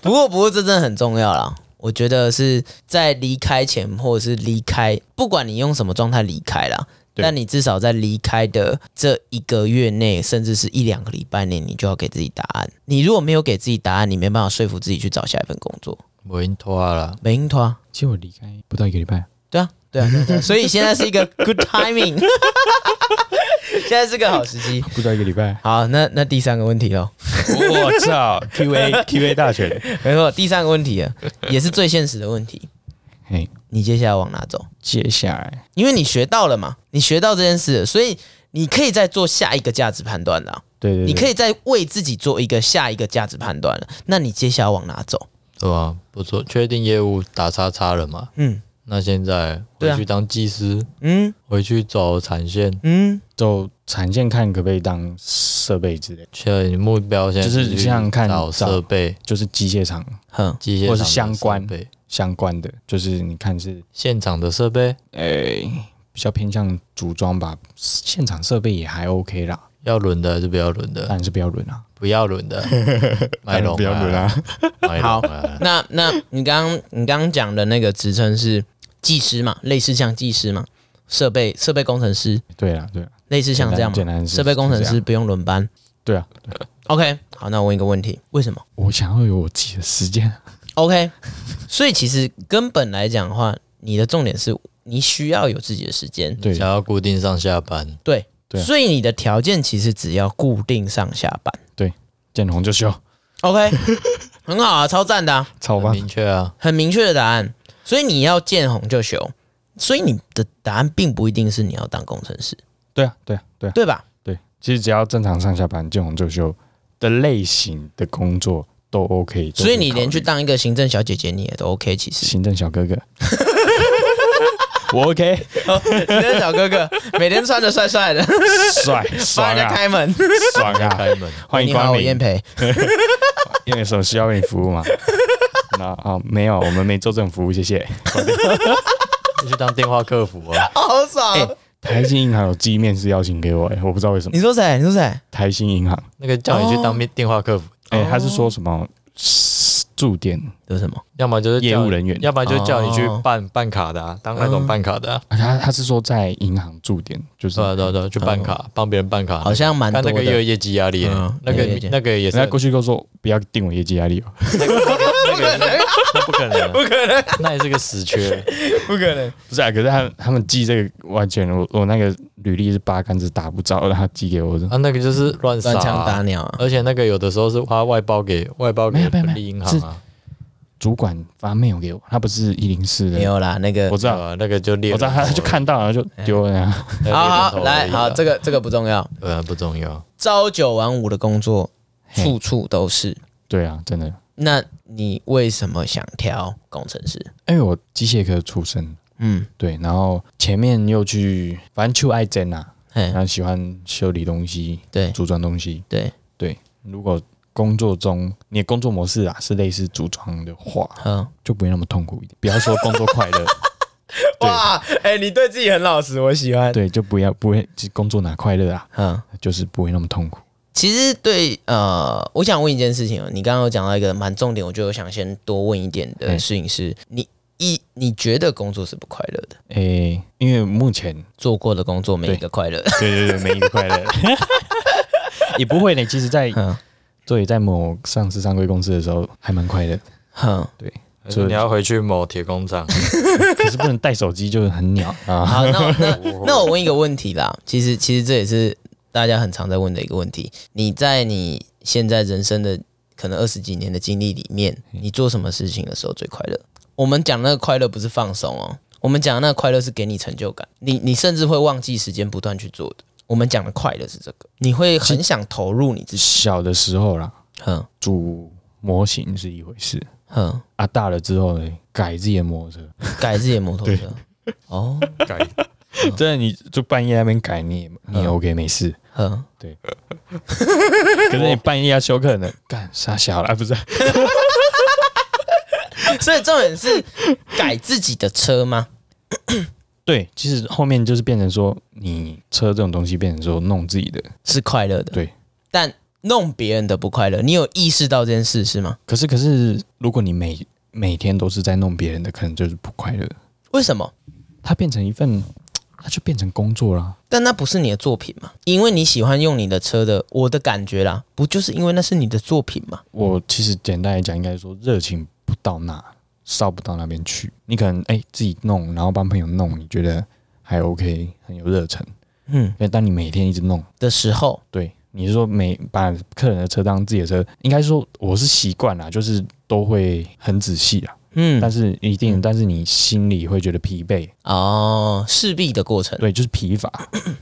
S1: 不过不过这真的很重要啦。我觉得是在离开前，或者是离开，不管你用什么状态离开啦，
S3: 对
S1: 但你至少在离开的这一个月内，甚至是一两个礼拜内，你就要给自己答案。你如果没有给自己答案，你没办法说服自己去找下一份工作。
S2: 我已经拖啊了。
S1: 没英团，
S3: 其实我离开不到一个礼拜，
S1: 对啊，对啊，对啊对啊所以现在是一个 good timing，现在是个好时机。。
S3: 不到一个礼拜
S1: 好，那那第三个问题喽，
S3: 我操！Q 啊 A Q A 大 全，
S1: 没错，第三个问题了，啊也是最现实的问题。
S3: 嘿，
S1: 你接下来往哪走？
S3: 哎接下来
S1: 因为你学到了嘛，你学到这件事了，所以你可以再做下一个价值判断了啊，
S3: 对对对，
S1: 你可以再为自己做一个下一个价值判断了。那你接下来往哪走？
S2: 对啊，不错，确定业务打叉叉了嘛？
S1: 嗯
S2: 那现在
S1: 对啊
S2: 回去当技师，
S1: 嗯
S2: 回去走产线。
S1: 嗯，
S3: 走产线看可不可以当设备之类，
S2: 现在你目标现在
S3: 就是
S2: 去
S3: 像看
S2: 找
S3: 找
S2: 设备、
S3: 就是机械厂
S1: 哼，
S2: 机械
S3: 或是
S2: 厂的
S3: 相关
S2: 设备、
S3: 相关的，就是你看是
S2: 现场的设备，
S3: 诶、比较偏向组装吧，现场设备也还 OK 啦，
S2: 要轮的还是不要轮
S3: 当
S2: 的？
S3: 然是不要轮啊，
S2: 不要轮的， 买龙
S3: 不要轮，啊，
S2: 买
S1: 好
S2: 龙啊！
S1: 那那你刚刚你刚刚讲的那个职称是技师嘛，类似像技师嘛，设备设备工程师，
S3: 对啦对啦，
S1: 类似像这样
S3: 简
S1: 嘛，
S3: 单
S1: 设备工程，
S3: 简单是
S1: 师不用轮班。
S3: 这样对啊，
S1: OK，好，那我问一个问题，为什么
S3: 我想要有我自己的时间，
S1: ？OK，所以其实根本来讲的话，你的重点是你需要有自己的时间，
S3: 对
S2: 想要固定上下班，
S1: 对，
S3: 对啊
S1: 所以你的条件其实只要固定上下班。
S3: 见红就修，
S1: OK，很好啊，超赞的、啊，
S3: 超
S2: 很
S3: 棒，
S2: 明确啊。
S1: 很明确的答案。所以你要见红就休，所以你的答案并不一定是你要当工程师，
S3: 对啊对啊对啊
S1: 对吧？
S3: 对，其实只要正常上下班，见红就修的类型的工作都 OK，都可
S1: 所以你连
S3: 考
S1: 去
S3: 虑
S1: 当一个行政小姐姐，你也都 OK。其实，
S3: 行政 小哥哥，我 OK，
S1: 行政小哥哥每天穿的帅帅的，
S3: 帅
S1: 帮
S3: 爽
S1: 人家
S3: 啊
S1: 开门。
S3: 爽 啊，
S2: 开 门，
S3: 欢迎
S1: 你好，
S3: 光
S1: 我
S3: 临
S1: 燕。培。
S3: 因为什么需要为你服务 吗？那啊，没有，我们没做这种服务，谢谢。
S2: 去当电话客服啊。
S1: 好爽
S3: 哎台新银行有寄面试邀请给我、哎，我不知道为什么。
S1: 你说谁？你说谁？
S3: 台新银行，
S2: 那个叫你去
S3: 哦
S2: 当面电话客服，
S3: 哎、
S1: 哦
S3: 他是说什么驻点？
S1: 有什么？
S2: 要么就是叫
S3: 业务人员
S2: 要么就叫你去
S1: 哦
S2: 办办卡的啊，当那种办卡的啊。
S3: 啊他他是说在银行驻点，就是
S2: 对
S1: 哦
S2: 啊对啊对啊，去办卡，帮别人办卡，
S1: 好像蛮
S2: 看
S1: 多
S2: 那个也有
S1: 的。
S2: 业绩压力耶
S1: 嗯，
S2: 那个
S1: 有业绩
S2: 那个也
S3: 人
S2: 是
S3: 家过去跟我说不要定我业绩压力哦，
S2: 那个那个那个那不可能，不可能，那也是个死缺。
S1: 不可能。
S3: 不是啊？可是他他们寄这个完全我我那个履历是八竿子打不着，然后他寄给我的，
S2: 啊，那个就是乱撒
S1: 乱枪打
S2: 啊，
S1: 鸟啊！
S2: 而且那个有的时候是他外包给外包
S3: 没
S2: 给
S3: 有没有
S2: 本
S3: 没
S2: 地
S3: 有
S2: 银行啊，
S3: 主管发 mail 给我，他不是一零四
S1: 没
S3: 的，
S1: 有啦，那个
S3: 我知
S2: 对
S3: 道，
S2: 啊，那个就
S3: 我
S2: 列
S3: 知道，他就看到然后就丢了呀。
S2: 那个
S1: 好
S2: 猎
S1: 好
S2: 头而已啊
S1: 来好，这个这个不重要。
S2: 对啊不重要，
S1: 朝九晚五的工作，
S3: 嘿
S1: 处处都是。
S3: 对啊，真的。
S1: 那你为什么想挑工程师？
S3: 因哎为我机械科出身，
S1: 嗯，
S3: 对，然后前面又去，反正就爱真啊，
S1: 嘿
S3: 然，后喜欢修理东西、
S1: 对
S3: 组装东西。
S1: 对，
S3: 如果工作中你的工作模式啊是类似组装的话，
S1: 嗯，
S3: 就不会那么痛苦一点。不要说工作快乐， 对
S1: 哇，哎、你对自己很老实，我喜欢。
S3: 对，就不要不会就工作哪快乐啊，
S1: 嗯，
S3: 就是不会那么痛苦。
S1: 其实对，呃，我想问一件事情哦，你刚刚有讲到一个蛮重点，我觉得我想先多问一点的
S3: 嗯
S1: 事情是，你一你觉得工作是不快乐的，
S3: 诶、因为目前
S1: 做过的工作没一个快乐，
S3: 对对对，没一个快乐， 也不会呢。其实在，
S1: 嗯
S3: 对，在某上市上柜公司的时候还蛮快乐的，
S1: 哼、
S2: 还是你要回去某铁工厂，
S3: 可是不能带手机就是很鸟 啊。
S1: 好，那我那那我问一个问题啦，其实其实这也是大家很常在问的一个问题。你在你现在人生的可能二十几年的经历里面，你做什么事情的时候最快乐？我们讲那个快乐不是放松哦，我们讲的那个快乐是给你成就感，你你甚至会忘记时间不断去做的。我们讲的快乐是这个，你会很想投入你自己，
S3: 小的时候啦，
S1: 哼
S3: 组模型是一回事
S1: 哼，
S3: 啊，大了之后呢，改自己的摩托车，
S1: 改自己的摩托车。哦，
S2: 改
S3: 真的你就半夜在那边改，你也嗯你也 OK 没事。
S1: 哼，
S3: 可是你半夜要休克呢， 干傻小了、啊，不是？
S1: 所以重点是改自己的车吗？
S3: 对，其实后面就是变成说，你车这种东西变成说弄自己的，
S1: 是快乐的，
S3: 对。
S1: 但弄别人的不快乐，你有意识到这件事是吗？
S3: 可是可是，如果你每每天都是在弄别人的，可能就是不快乐。
S1: 为什么？
S3: 它变成一份，它就变成工作啦。
S1: 但那不是你的作品嘛？因为你喜欢用你的车的，我的感觉啦，不就是因为那是你的作品嘛？
S3: 我其实简单来讲，应该说热情不到那，烧不到那边去。你可能哎、自己弄，然后帮朋友弄，你觉得还 OK，很有热忱。
S1: 嗯，
S3: 但当你每天一直弄，
S1: 的时候，
S3: 对，你是说每把客人的车当自己的车，应该说我是习惯啦，就是都会很仔细啦。
S1: 嗯
S3: 但，是一定，但是你心里会觉得疲惫，
S1: 哦，势必的过程，
S3: 对，就是疲乏，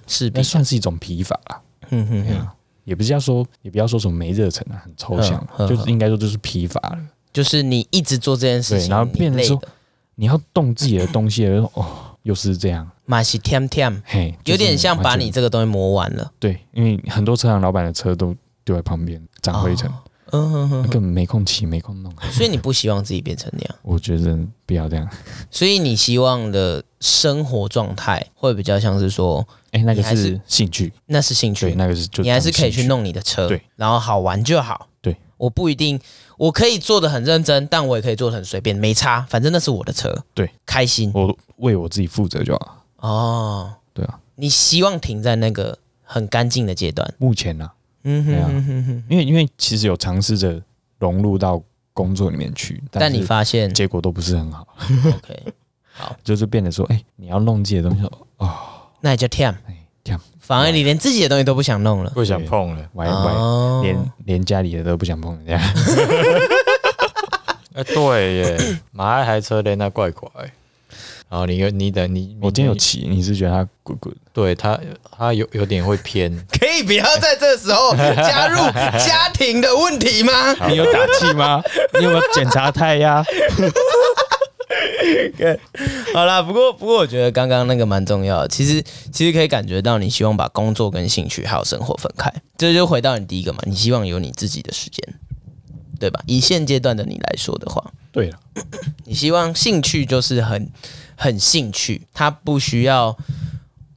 S1: 势必
S3: 那，算是一种疲乏啦。
S1: 嗯嗯
S3: 对
S1: 嗯，
S3: 啊，也不是要说，也不要说什么没热忱啊，很抽象啊，
S1: 嗯嗯
S3: 就是应该说就是疲乏了。
S1: 就是你一直做这件事情，
S3: 对然后变
S1: 你
S3: 成
S1: 累
S3: 说
S1: 的，
S3: 你要动自己的东西了，哦，又是这样，
S1: 马西天天，
S3: 嘿，就是
S1: 有点像把
S3: 完全
S1: 你这个东西磨完了，
S3: 对，因为很多车行老板的车都丢在旁边长灰尘，
S1: 哦嗯哼哼哼，
S3: 根本没空骑，没空弄。
S1: 所以你不希望自己变成那样，
S3: 我觉得不要这样。
S1: 所以你希望的生活状态会比较像是说，
S3: 哎，那
S1: 你
S3: 个
S1: 还是
S3: 是兴趣，
S1: 那是兴趣
S3: 对，，那个是就
S1: 你还是可以去
S3: 当兴趣。
S1: 弄你的车，
S3: 对，
S1: 然后好玩就好。
S3: 对，
S1: 我不一定，我可以做的很认真，但我也可以做的很随便，没差，反正那是我的车，
S3: 对，
S1: 开心
S3: 我为我自己负责就好了。
S1: 哦。
S3: 对啊，
S1: 你希望停在那个很干净的阶段，
S3: 目前呢，
S1: 嗯
S3: 对
S1: 哼
S3: 啊
S1: 哼哼哼，
S3: 因为因为其实有尝试着融入到工作里面去，
S1: 但
S3: 是
S1: 你发现
S3: 结果都不是很好，
S1: ，OK，
S3: 就是变得说，哎，你要弄自己的东西，
S1: 那你就跳，
S3: 哎，这样
S1: 反而你连自己的东西都不想弄 了，
S2: 不想碰了。
S3: 歪歪，
S1: 哦，，
S3: 连连家里的都不想碰，这样。
S2: 哎、对耶，买一台车连那怪怪。然后你又你等你，
S3: 我今天有
S2: 你
S3: 骑，你是觉得它滚滚？
S2: 对他他有有点会偏
S1: 可以不要在这时候加入家庭的问题吗？
S3: 你有打气吗？你有没有检查胎呀、
S1: 好啦，不过不过，我觉得刚刚那个蛮重要的。其实其实可以感觉到，你希望把工作跟兴趣还有生活分开。这就回到你第一个嘛，你希望有你自己的时间，对吧？以现阶段的你来说的话，
S3: 对了，
S1: 你希望兴趣就是很很兴趣，它不需要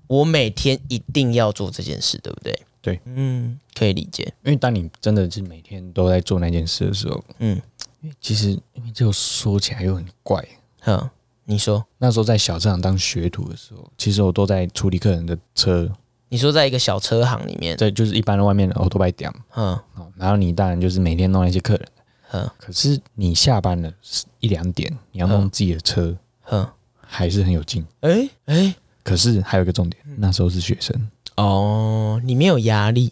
S1: 我每天一定要做这件事，对不对？
S3: 对，
S1: 嗯，可以理解。
S3: 因为当你真的是每天都在做那件事的时候，
S1: 嗯，
S3: 其实因为就说起来又很怪。
S1: 哼，你说，
S3: 那时候在小市场当学徒的时候，其实我都在处理客人的车，
S1: 你说在一个小车行里面，
S3: 在就是一般的外面的 auto b 店
S1: 哼
S3: 哦，然后你当然就是每天弄那些客人，
S1: 哼
S3: 可是你下班了一两点，你要弄自己的车，
S1: 哼，
S3: 还是很有劲。
S1: 哎哎，
S3: 可是还有一个重点，那时候是学生，
S1: 哦，你没有压力。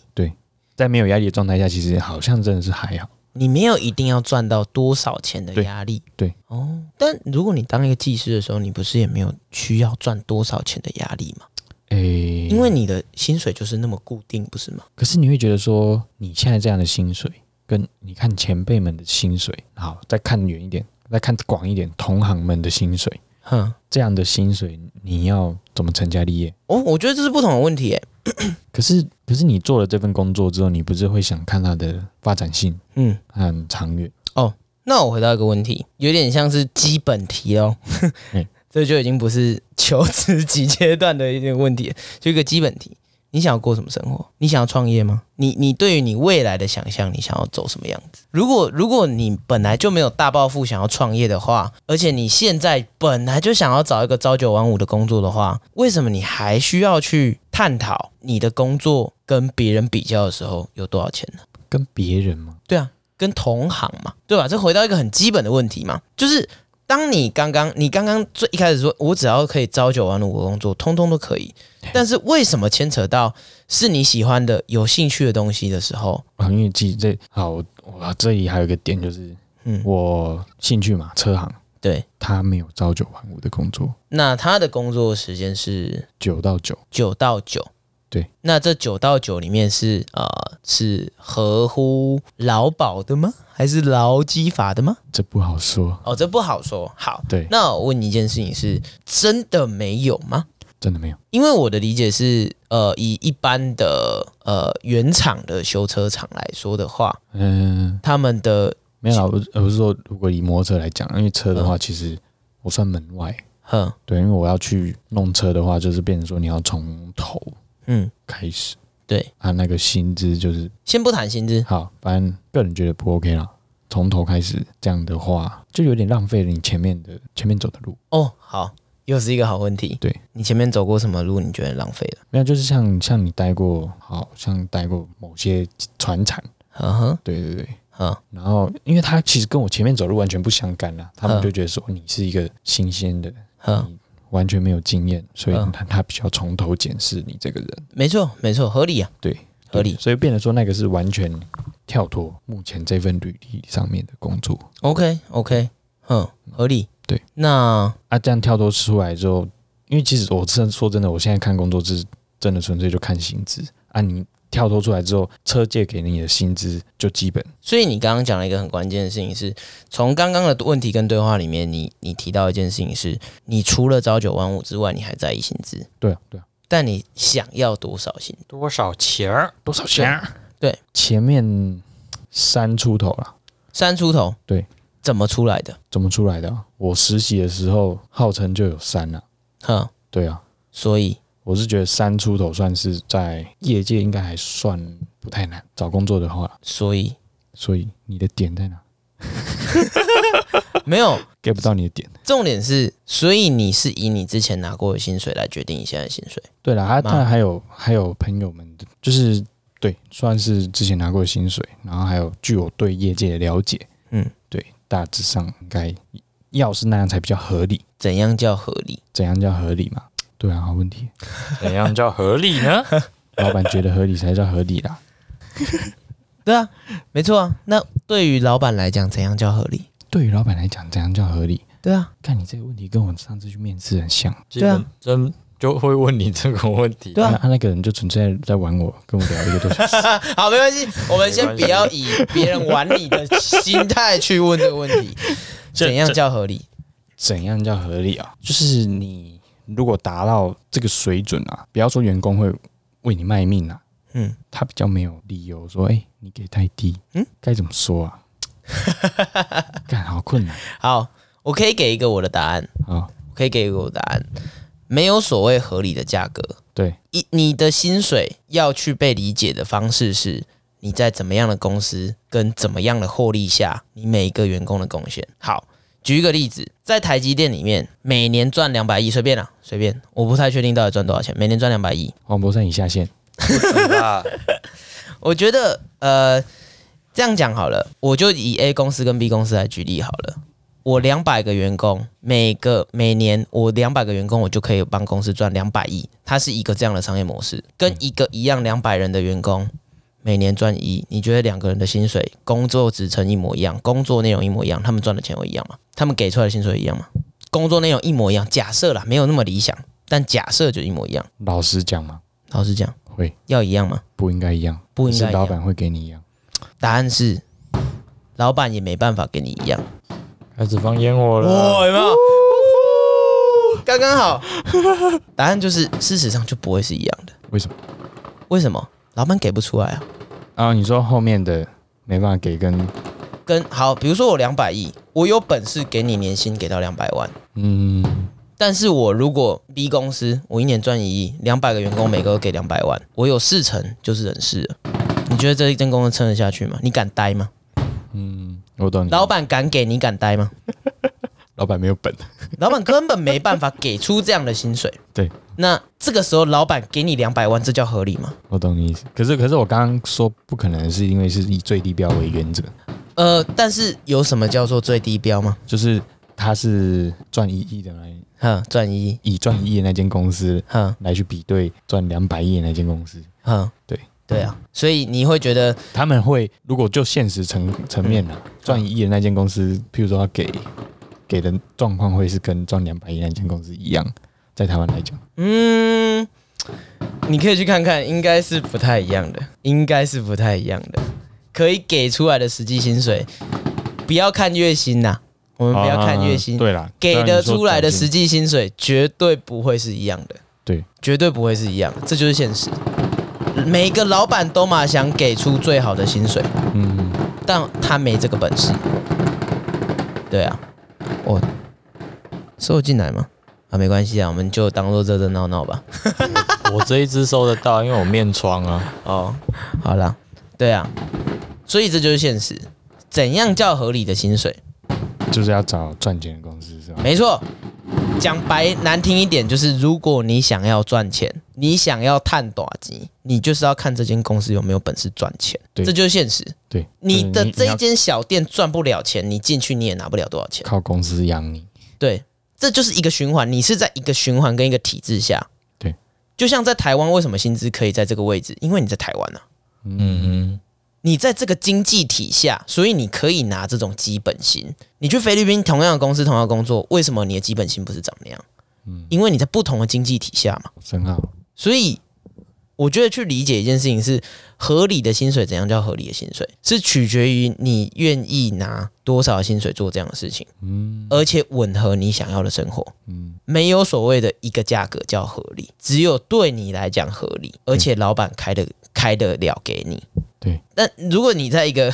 S3: 在没有压力的状态下，其实好像真的是还好。
S1: 你没有一定要赚到多少钱的
S3: 对
S1: 压力。
S3: 对
S1: 哦，但如果你当一个技师的时候，你不是也没有需要赚多少钱的压力吗？
S3: 诶、
S1: 因为你的薪水就是那么固定，不是吗？
S3: 可是你会觉得说，你现在这样的薪水，跟你看前辈们的薪水，好，再看远一点，再看广一点，同行们的薪水，
S1: 哼，
S3: 这样的薪水，你要怎么成家立业？
S1: 哦，我觉得这是不同的问题诶。
S3: 可是，可是你做了这份工作之后，你不是会想看它的发展性
S1: 嗯，
S3: 很长远？
S1: 那我回到一个问题，有点像是基本题哦
S3: 嗯。
S1: 这就已经不是求职 几阶段的一个问题了，就一个基本题。你想要过什么生活？你想要创业吗？你你对于你未来的想象，你想要走什么样子？如果如果你本来就没有大抱负想要创业的话，而且你现在本来就想要找一个朝九晚五的工作的话，为什么你还需要去探讨你的工作跟别人比较的时候有多少钱呢？
S3: 跟别人嘛，
S1: 对啊，跟同行嘛，对吧？这回到一个很基本的问题嘛，就是当你刚刚你刚刚最一开始说，我只要可以朝九晚五的工作，通通都可以，但是为什么牵扯到是你喜欢的、有兴趣的东西的时候，
S3: 啊，因为记这好，我我这里还有一个点就是
S1: 嗯，
S3: 我兴趣嘛，车行
S1: 对，
S3: 他没有朝九晚五的工作，
S1: 那他的工作时间是
S3: 九到九，
S1: 九到九。
S3: 对，
S1: 那这九到九里面是呃是合乎劳保的吗？还是劳基法的吗？
S3: 这不好说，
S1: 哦，这不好说。好，
S3: 对，
S1: 那我问你一件事情是真的没有吗？
S3: 真的没有，
S1: 因为我的理解是，呃，以一般的呃原厂的修车厂来说的话，
S3: 嗯、
S1: 他们的
S3: 没有啦，我我是说，如果以摩托车来讲，因为车的话，其实我算门外，
S1: 哼
S3: 对，因为我要去弄车的话，就是变成说你要从头
S1: 嗯，
S3: 开始，
S1: 对，
S3: 啊，那个薪资就是
S1: 先不谈薪资，
S3: 好，反正个人觉得不 OK 啦，从头开始这样的话，就有点浪费了你前面的前面走的路，
S1: 哦，好，又是一个好问题。
S3: 对
S1: 你前面走过什么路，你觉得浪费了？
S3: 没有，就是像像你待过，好像待过某些船厂，
S1: 嗯哼，
S3: 对对对。
S1: 嗯
S3: 然后，因为他其实跟我前面走的路完全不相干啦，他们
S1: 嗯
S3: 就觉得说你是一个新鲜的，
S1: 哼，
S3: 完全没有经验，所以
S1: 嗯
S3: 他他比较从头检视你这个人，
S1: 没错，没错，合理啊，
S3: 对，
S1: 合理。
S3: 所以变得说那个是完全跳脱目前这份履历上面的工作
S1: OK，OK，嗯，合理。
S3: 对，
S1: 那
S3: 啊，这样跳脱出来之后，因为其实我真说真的，我现在看工作是真的纯粹就看薪资啊，你跳脱出来之后，车界给你的薪资就基本
S1: 所以你刚刚讲了一个很关键的事情是，从刚刚的问题跟对话里面，你你提到一件事情是，你除了朝九晚五之外，你还在意薪资。
S3: 对啊对啊，
S1: 但你想要多少薪？
S2: 多少钱儿？
S3: 多少钱啊？
S1: 对，
S3: 前面三出头啦，
S1: 三出头，
S3: 对，
S1: 怎么出来的？
S3: 怎么出来的啊？我实习的时候号称就有三啦，
S1: 哼，
S3: 对啊，
S1: 所以
S3: 我是觉得三出头算是在业界应该还算不太难找工作的话，
S1: 所以
S3: 所以你的点在哪
S1: 没有
S3: ？get 不到你的点。
S1: 重点是，所以你是以你之前拿过的薪水来决定你现在的薪水。
S3: 对了，他
S1: 妈
S3: 他还有还有朋友们，就是对，算是之前拿过的薪水，然后还有据我对业界的了解，
S1: 嗯，
S3: 对，大致上应该要是那样才比较合理。
S1: 怎样叫合理？
S3: 怎样叫合理嘛？对啊，好问题，
S2: 怎样叫合理 呢？
S3: 老板觉得合理才叫合理啦。
S1: 对啊，没错啊。那对于老板来讲，怎样叫合理？
S3: 对于老板来讲，怎样叫合理？
S1: 对啊，
S3: 看你这个问题跟我上次去面试很像。
S2: 基本真就会问你这个问题。
S1: 对啊
S3: 那、那个人就纯粹在玩我，跟我聊一个 多小时。
S1: 好，没关系，我们先
S2: 没关
S1: 不
S2: 系
S1: 要以别人玩你的心态去问 这个问题。怎样叫合理？
S3: 怎样叫合理啊？就是你如果达到这个水准啊，不要说员工会为你卖命啊，
S1: 嗯，
S3: 他比较没有理由说，哎、你给太低，
S1: 嗯
S3: 嗯，该怎么 说啊？干好困难
S1: 好，我可以给一个我的答案，
S3: 啊！
S1: 我可以给一个我的答案，没有所谓合理的价格。
S3: 对，
S1: 一你的薪水要去被理解的方式是你在怎么样的公司跟怎么样的获利下，你每一个员工的贡献。好，举一个例子，在台积电里面，每年赚两百亿，随便啦、随便，我不太确定到底赚多少钱，每年赚两百亿，
S3: 黄博山已下线，
S2: 啊，
S1: 我觉得呃，这样讲好了，我就以 A 公司跟 B 公司来举例好了。我两百个员工，每个每年我两百个员工，我就可以帮公司赚两百亿。它是一个这样的商业模式，跟
S3: 嗯
S1: 一个一样两百人的员工，每年赚一，你觉得两个人的薪水、工作职称一模一样，工作内容一模一样，他们赚的钱会一样吗？他们给出来的薪水会一样吗？工作内容一模一样，假设啦，没有那么理想，但假设就一模一样。
S3: 老实讲嘛，
S1: 老实讲，
S3: 会
S1: 要一样吗？
S3: 不应该一样，
S1: 不应该
S3: 可
S1: 一样
S3: 是老板会给你一样。
S1: 答案是，老板也没办法跟你一样。
S2: 开始放烟火了。
S1: 哇，有没有？刚刚好。 答案就是，事实上就不会是一样的。
S3: 为什么
S1: 为什么？老板给不出来啊。
S3: 啊？你说后面的没办法给跟
S1: 跟好，比如说我两百亿，我有本事给你年薪给到两百万，
S3: 嗯，
S1: 但是我如果 B 公司，我一年赚一亿，两百个员工每个都给两百万，我有四成就是人事了。你觉得这一间公司撑得下去吗？你敢待吗？
S3: 嗯，我懂你。
S1: 老板敢给你敢待吗？
S3: 老板没有本，
S1: 老板根本没办法给出这样的薪水。
S3: 对，
S1: 那这个时候老板给你两百万，这叫合理吗？
S3: 我懂你意思。可是可是我刚刚说不可能，是因为是以最低标为原则，
S1: 呃，但是有什么叫做最低标吗？
S3: 就是他是赚一亿的来，
S1: 哼，赚一亿，
S3: 以赚一亿的那间公司
S1: 哼
S3: 来去比对赚两百亿的那间公司，
S1: 哼，
S3: 对
S1: 对啊，所以你会觉得
S3: 他们会如果就现实层层面
S1: 嗯
S3: 呢，赚一亿的那间公司，譬如说他给给的状况会是跟赚两百亿那间公司一样，在台湾来讲，
S1: 嗯，你可以去看看，应该是不太一样的，应该是不太一样的。可以给出来的实际薪水，不要看月薪呐、我们不要看月薪，
S3: 啊对啦，
S1: 给
S3: 当然
S1: 的
S3: 你说
S1: 出来的
S3: 总
S1: 实
S3: 金，
S1: 际薪水绝对不会是一样的，
S3: 对，
S1: 绝对不会是一样的，这就是现实。每个老板都嘛想给出最好的薪水，
S3: 嗯，
S1: 但他没这个本事。对啊，我收进来吗？啊，没关系啊，我们就当做热热闹闹吧。
S2: 我这一只收得到，因为我面窗啊。
S1: 哦，好啦，对啊，所以这就是现实。怎样叫合理的薪水？
S3: 就是要找赚钱的公司是吧？
S1: 没错，讲白难听一点，就是如果你想要赚钱，你想要探短级，你就是要看这间公司有没有本事赚钱，
S3: 对
S1: 这就是现实。
S3: 对，
S1: 你的
S3: 就是
S1: 这一
S3: 要
S1: 间小店赚不了钱，你进去你也拿不了多少钱。
S3: 靠公司养你，
S1: 对，这就是一个循环，你是在一个循环跟一个体制下。
S3: 对，
S1: 就像在台湾，为什么薪资可以在这个位置？因为你在台湾啊。
S2: 嗯
S1: 你在这个经济体下，所以你可以拿这种基本薪。你去菲律宾同样的公司、同样的工作，为什么你的基本薪不是长那样？
S3: 嗯
S1: 因为你在不同的经济体下嘛。
S3: 真好，
S1: 所以我觉得去理解一件事情是合理的薪水，怎样叫合理的薪水，是取决于你愿意拿多少薪水做这样的事情，
S3: 嗯
S1: 而且吻合你想要的生活。
S3: 嗯，
S1: 没有所谓的一个价格叫合理，只有对你来讲合理，而且老板开的开得了给你。
S3: 对，
S1: 那如果你在一个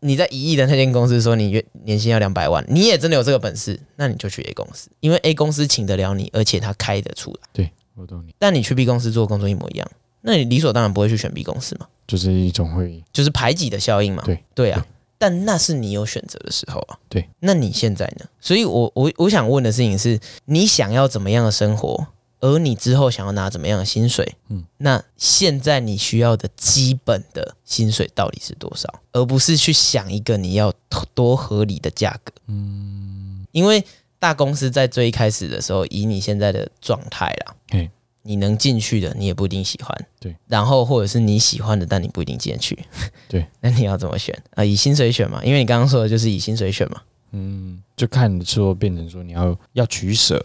S1: 你在一亿的那间公司说你月年薪要两百万，你也真的有这个本事，那你就去 A 公司，因为 A 公司请得了你，而且他开得出来。
S3: 我懂你，
S1: 但你去 B 公司做的工作一模一样，那你理所当然不会去选 B 公司嘛，
S3: 就是一种会
S1: 就是排挤的效应嘛。
S3: 对，
S1: 对啊。但那是你有选择的时候啊。
S3: 对，
S1: 那你现在呢？所以我我我想问的事情是，你想要怎么样的生活，而你之后想要拿怎么样的薪水？嗯
S3: 嗯，
S1: 那现在你需要的基本的薪水到底是多少，而不是去想一个你要多合理的价格。嗯，因为大公司在最一开始的时候，以你现在的状态啦，
S3: 嘿
S1: 你能进去的，你也不一定喜欢。
S3: 对，
S1: 然后或者是你喜欢的，但你不一定进得去。
S3: 对，
S1: 那你要怎么选啊、以薪水选嘛，因为你刚刚说的就是以薪水选嘛。
S3: 嗯，就看说变成说你要要取舍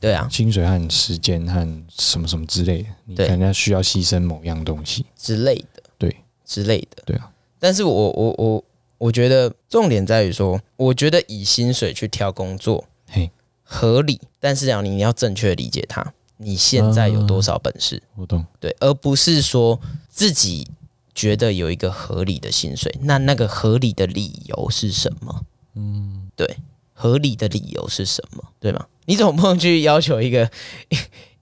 S1: 对啊，
S3: 薪水和时间和什么什么之类的，你
S1: 对
S3: 可能要需要牺牲某样东西，
S1: 之类的，
S3: 对
S1: 之类的，
S3: 对啊。
S1: 但是我我我我觉得重点在于说，我觉得以薪水去挑工作
S3: 嘿，
S1: 合理，但是要你要正确理解它，你现在有
S3: 啊
S1: 多少本事，
S3: 我懂，
S1: 对，而不是说自己觉得有一个合理的薪水，那那个合理的理由是什么？嗯，对，合理的理由是什么？对吗？你总不能去要求一个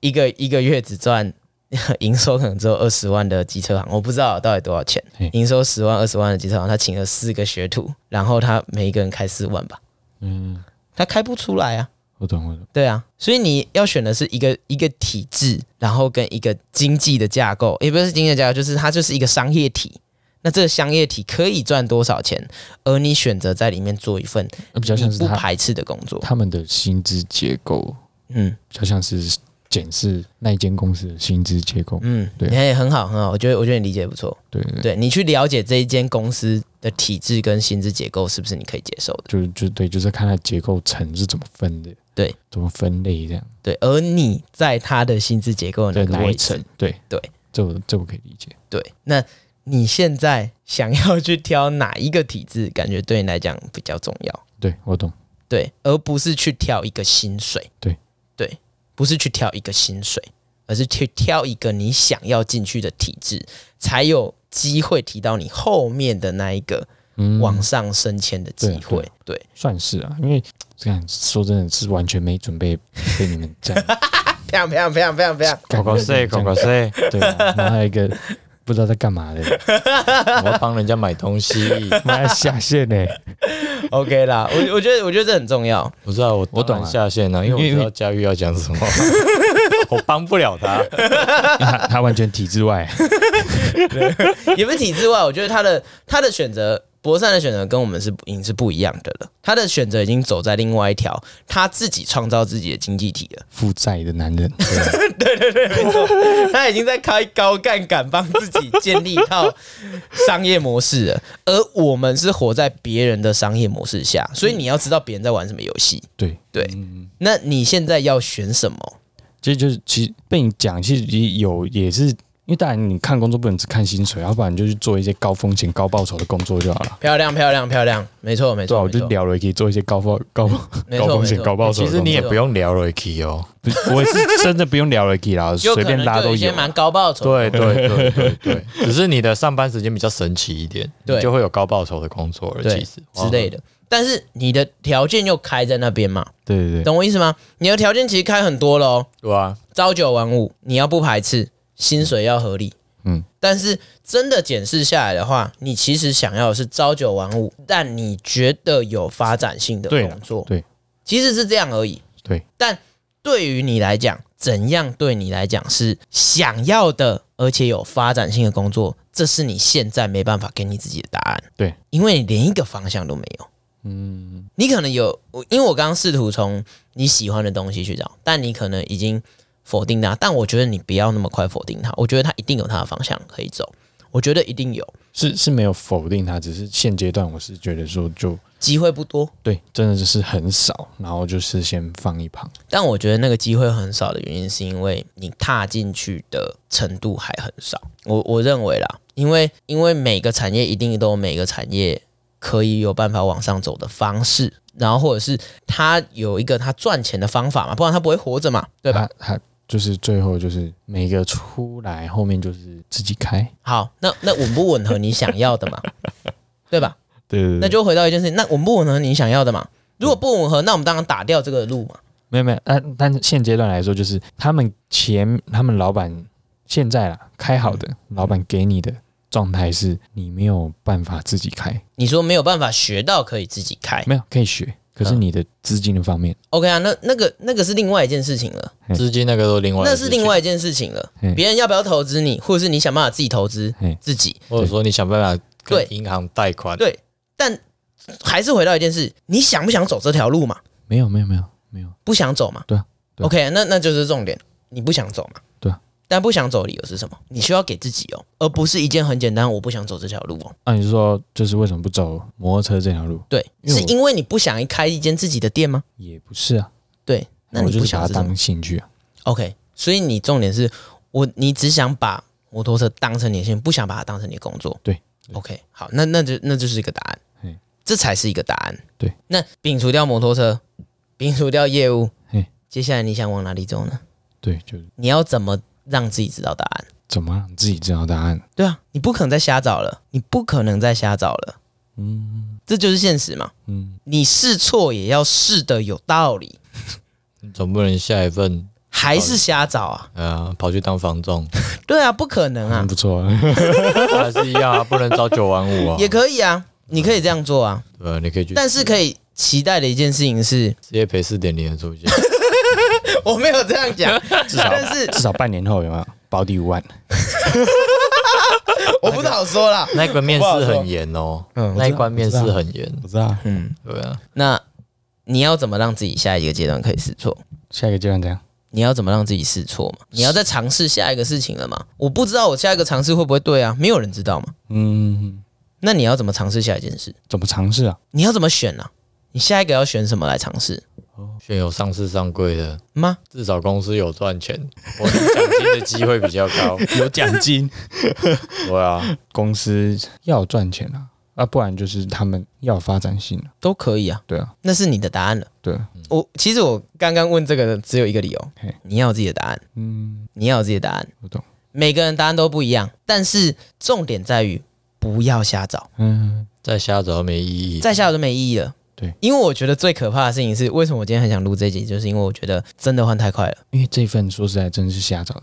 S1: 一个一个月只赚 营收可能只有二十万的机车行，我不知道到底多少钱
S3: 嘿，
S1: 营收十万二十万的机车行，他请了四个学徒，然后他每一个人开四万吧，
S3: 嗯，
S1: 他开不出来啊。
S3: 我懂，我懂，
S1: 对啊，所以你要选的是一个一个体制，然后跟一个经济的架构，也不是经济的架构，就是它就是一个商业体。那这个商业体可以赚多少钱，而你选择在里面做一份
S3: 那比较像
S1: 你
S3: 是
S1: 不
S3: 他
S1: 排斥的工作。
S3: 他们的薪资结构，
S1: 嗯
S3: 比较像是检视那一间公司的薪资结构，
S1: 嗯，
S3: 对
S1: 你也很好很好，我觉得我觉得你理解得不错。
S3: 对对，
S1: 对你去了解这一间公司的体制跟薪资结构是不是你可以接受的？
S3: 就就对，就是看它结构层是怎么分的，
S1: 对，
S3: 怎么分类这样，
S1: 对，而你在它的薪资结构的
S3: 对
S1: 那个
S3: 哪一
S1: 位置
S3: 层，，对
S1: 对，
S3: 这我这我可以理解，
S1: 对，那你现在想要去挑哪一个体制，感觉对你来讲比较重要？
S3: 对我懂，
S1: 对，而不是去挑一个薪水。
S3: 对
S1: 对，不是去挑一个薪水，而是去挑一个你想要进去的体制，才有机会提到你后面的那一个
S3: 嗯
S1: 往上升迁的机会。对，
S3: 算是啊，因为这样说真的是完全没准备被你们这样，
S1: 漂亮漂亮漂亮漂亮，
S2: 狗狗睡，狗狗睡，
S3: 对啊、然后还有一个不知道在干嘛的，
S2: 我要帮人家买东西。
S3: 妈的下线呢、
S1: OK 啦，我我觉得我觉得这很重要。
S2: 不是啊， 我我
S3: 懂啊
S2: 短下线呢、啊，因为
S3: 因
S2: 我知
S3: 为
S2: 道佳玉要讲什么， 我帮不了他。
S3: 他他完全体制外，
S1: 也不是体制外，我觉得他的他的选择，博善的选择跟我们是已经是不一样的了。他的选择已经走在另外一条，他自己创造自己的经济体了。
S3: 负债的男人，对啊
S1: 他已经在开高杠杆，帮自己建立一套商业模式了。而我们是活在别人的商业模式下，所以你要知道别人在玩什么游戏。
S3: 对
S1: 对
S3: 嗯
S1: 那你现在要选什么？
S3: 其实就是其实被你讲，其实也有也是，因为当然你看工作不能只看薪水，要不然你就去做一些高风险高报酬的工作就好了。
S1: 漂亮，漂亮，漂亮，没错，没
S3: 对
S1: 错，
S3: 啊，我
S1: 没
S3: 就
S1: 错，
S3: 聊了，也可以做一些高报高
S1: 没
S3: 高
S1: 错，
S3: 风
S1: 没
S3: 险高
S1: 错。
S3: 报酬
S2: 其
S3: 的工作。
S2: 实你也不用聊 Ricky 哦，
S3: 不是，我是真的不用聊了，可以啦，
S1: 有
S3: 随
S1: 可
S3: 便
S1: 能
S3: 拉
S1: 就有
S3: 都
S1: 一些
S3: 有。啊
S1: 蛮高报酬的
S2: 对对对对对， 只是你的上班时间比较神奇一点，
S1: 对
S2: 你就会有高报酬的工作了，
S1: 对
S2: 其实
S1: 之类。
S3: 哦
S1: 的。但是你的条件又开在那边嘛，
S3: 对对对，
S1: 懂我意思吗？你的条件其实开很多喽，
S2: 对啊，
S1: 朝九晚五，你要不排斥，薪水要合理。
S3: 嗯，
S1: 但是真的检视下来的话，你其实想要的是朝九晚五，但你觉得有发展性的
S3: 对啦
S1: 工作，
S3: 对，
S1: 其实是这样而已。
S3: 对，
S1: 但对于你来讲，怎样对你来讲是想要的，而且有发展性的工作，这是你现在没办法给你自己的答案。
S3: 对，
S1: 因为你连一个方向都没有。
S3: 嗯，
S1: 你可能有，我因为我刚刚试图从你喜欢的东西去找，但你可能已经否定它。但我觉得你不要那么快否定它，我觉得它一定有它的方向可以走，我觉得一定有
S3: 是是没有否定他，只是现阶段我是觉得说就
S1: 机会不多，
S3: 对，真的就是很少，然后就是先放一旁。
S1: 但我觉得那个机会很少的原因，是因为你踏进去的程度还很少。我我认为啦，因为因为每个产业一定都有每个产业可以有办法往上走的方式，然后或者是他有一个他赚钱的方法嘛，不然他不会活着嘛， 对吧？
S3: 他他就是最后就是每个出来后面就是自己开，
S1: 好，那那吻不吻合你想要的嘛？对吧？
S3: 对对对，
S1: 那就回到一件事情，那吻不吻合你想要的嘛？如果不吻合，那我们当然打掉这个路嘛。
S3: 没有没有，但但是现阶段来说，就是他们前他们老板现在啦开好的，老板给你的状态是你没有办法自己开，
S1: 你说没有办法学到可以自己开
S3: 没有可以学，可是你的资金的方面，
S1: ，OK 啊？那那个那个是另外一件事情了，
S2: 资金那个都另外，
S1: 那是另，外一件事情了
S3: 嗯。
S1: 别人要不要投资你，或者是你想办法自己投资
S3: 嗯
S1: 自己，
S2: 或者说你想办法
S1: 对
S2: 跟银行贷
S3: 啊
S2: 款，
S1: 对。但还是回到一件事，你想不想走这条路嘛？
S3: 没有没有没有没有，
S1: 不想走嘛？
S3: 对啊对啊
S1: OK，啊那那就是重点，你不想走嘛？
S3: 对啊。
S1: 但不想走的理由是什么？你需要给自己哦，而不是一件很简单，我不想走这条路哦。
S3: 那、啊你是说就是为什么不走摩托车这条路？
S1: 对，
S3: 因为
S1: 是
S3: 我
S1: 因为你不想开一间自己的店吗？
S3: 也不是啊，
S1: 对，那
S3: 我
S1: 你
S3: 就
S1: 不
S3: 是把
S1: 想
S3: 它
S1: 是什么
S3: 当兴趣啊，
S1: ？OK，所以你重点是我，你只想把摩托车当成你的兴趣，不想把它当成你的工作。
S3: 对
S1: ，OK，好，那那就那就是一个答案
S3: 嗯，
S1: 这才是一个答案。
S3: 对，
S1: 那摒除掉摩托车，摒除掉业务
S3: 嗯，
S1: 接下来你想往哪里走呢？
S3: 对，就是
S1: 你要怎么让自己知道答案？
S3: 怎么让自己知道答案？
S1: 对啊，你不可能再瞎找了，你不可能再瞎找了，
S3: 嗯
S1: 这就是现实嘛。
S3: 嗯，
S1: 你试错也要试的有道理，
S2: 你总不能下一份
S1: 还是瞎找啊？
S2: 呃跑去当房仲，
S1: 对啊，不可能啊
S3: 很，不错、啊，
S2: 还是一样啊，不能朝九晚五 啊。
S1: 也可以啊，你可以这样做啊，
S2: 对，你可以去
S1: 但是可以期待的一件事情是，
S2: 直接赔四点零的出现，
S1: 我没有这样讲，
S3: 至少
S1: 但是
S3: 至少半年后有没有保底五万？
S1: 我不好说啦。
S2: 那个面试很严哦，
S3: 嗯
S2: 那一关面试很严，
S3: 我知道啊，
S1: 嗯，
S2: 对啊，
S1: 那你要怎么让自己下一个阶段可以试错？
S3: 下一个阶段怎样？
S1: 你要怎么让自己试错嘛？你要再尝试下一个事情了嘛？我不知道我下一个尝试会不会对啊，没有人知道嘛。
S3: 嗯，
S1: 那你要怎么尝试下一件事？
S3: 怎么尝试啊？
S1: 你要怎么选呢、啊？你下一个要选什么来尝试
S2: 选有上市上柜的，
S1: 吗？
S2: 至少公司有赚 钱，我领奖金的机会比较 高。
S3: 有奖 金，
S2: 对啊，
S3: 公司要赚钱啊，啊，不然就是他们要有发展性啊，
S1: 都可以啊，
S3: 对啊，
S1: 那是你的答案了。
S3: 对啊，
S1: 我其实我刚刚问这个的只有一个理由
S3: 嘿，
S1: 你要有自己的答案。
S3: 嗯，
S1: 你要有自己的答案。
S3: 我懂，
S1: 每个人答案都不一样，但是重点在于不要瞎找。
S3: 嗯，
S2: 再瞎找都没意义。
S1: 再下我就没意义了。
S3: 对，
S1: 因为我觉得最可怕的事情是，为什么我今天很想录这集，就是因为我觉得真的换太快了。
S3: 因为这份说实在真的是瞎找的，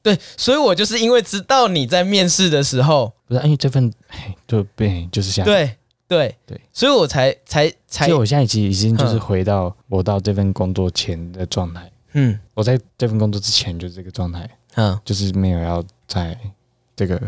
S1: 对，所以我就是因为知道你在面试的时候，
S3: 不是因为这份 哎就被就是瞎。，
S1: 对对
S3: 对，
S1: 所以我才才才
S3: 就我现在其实已经就是
S1: 嗯
S3: 回到我到这份工作前的状态，
S1: 嗯
S3: 我在这份工作之前就是这个状态，
S1: 嗯
S3: 就是没有要在这个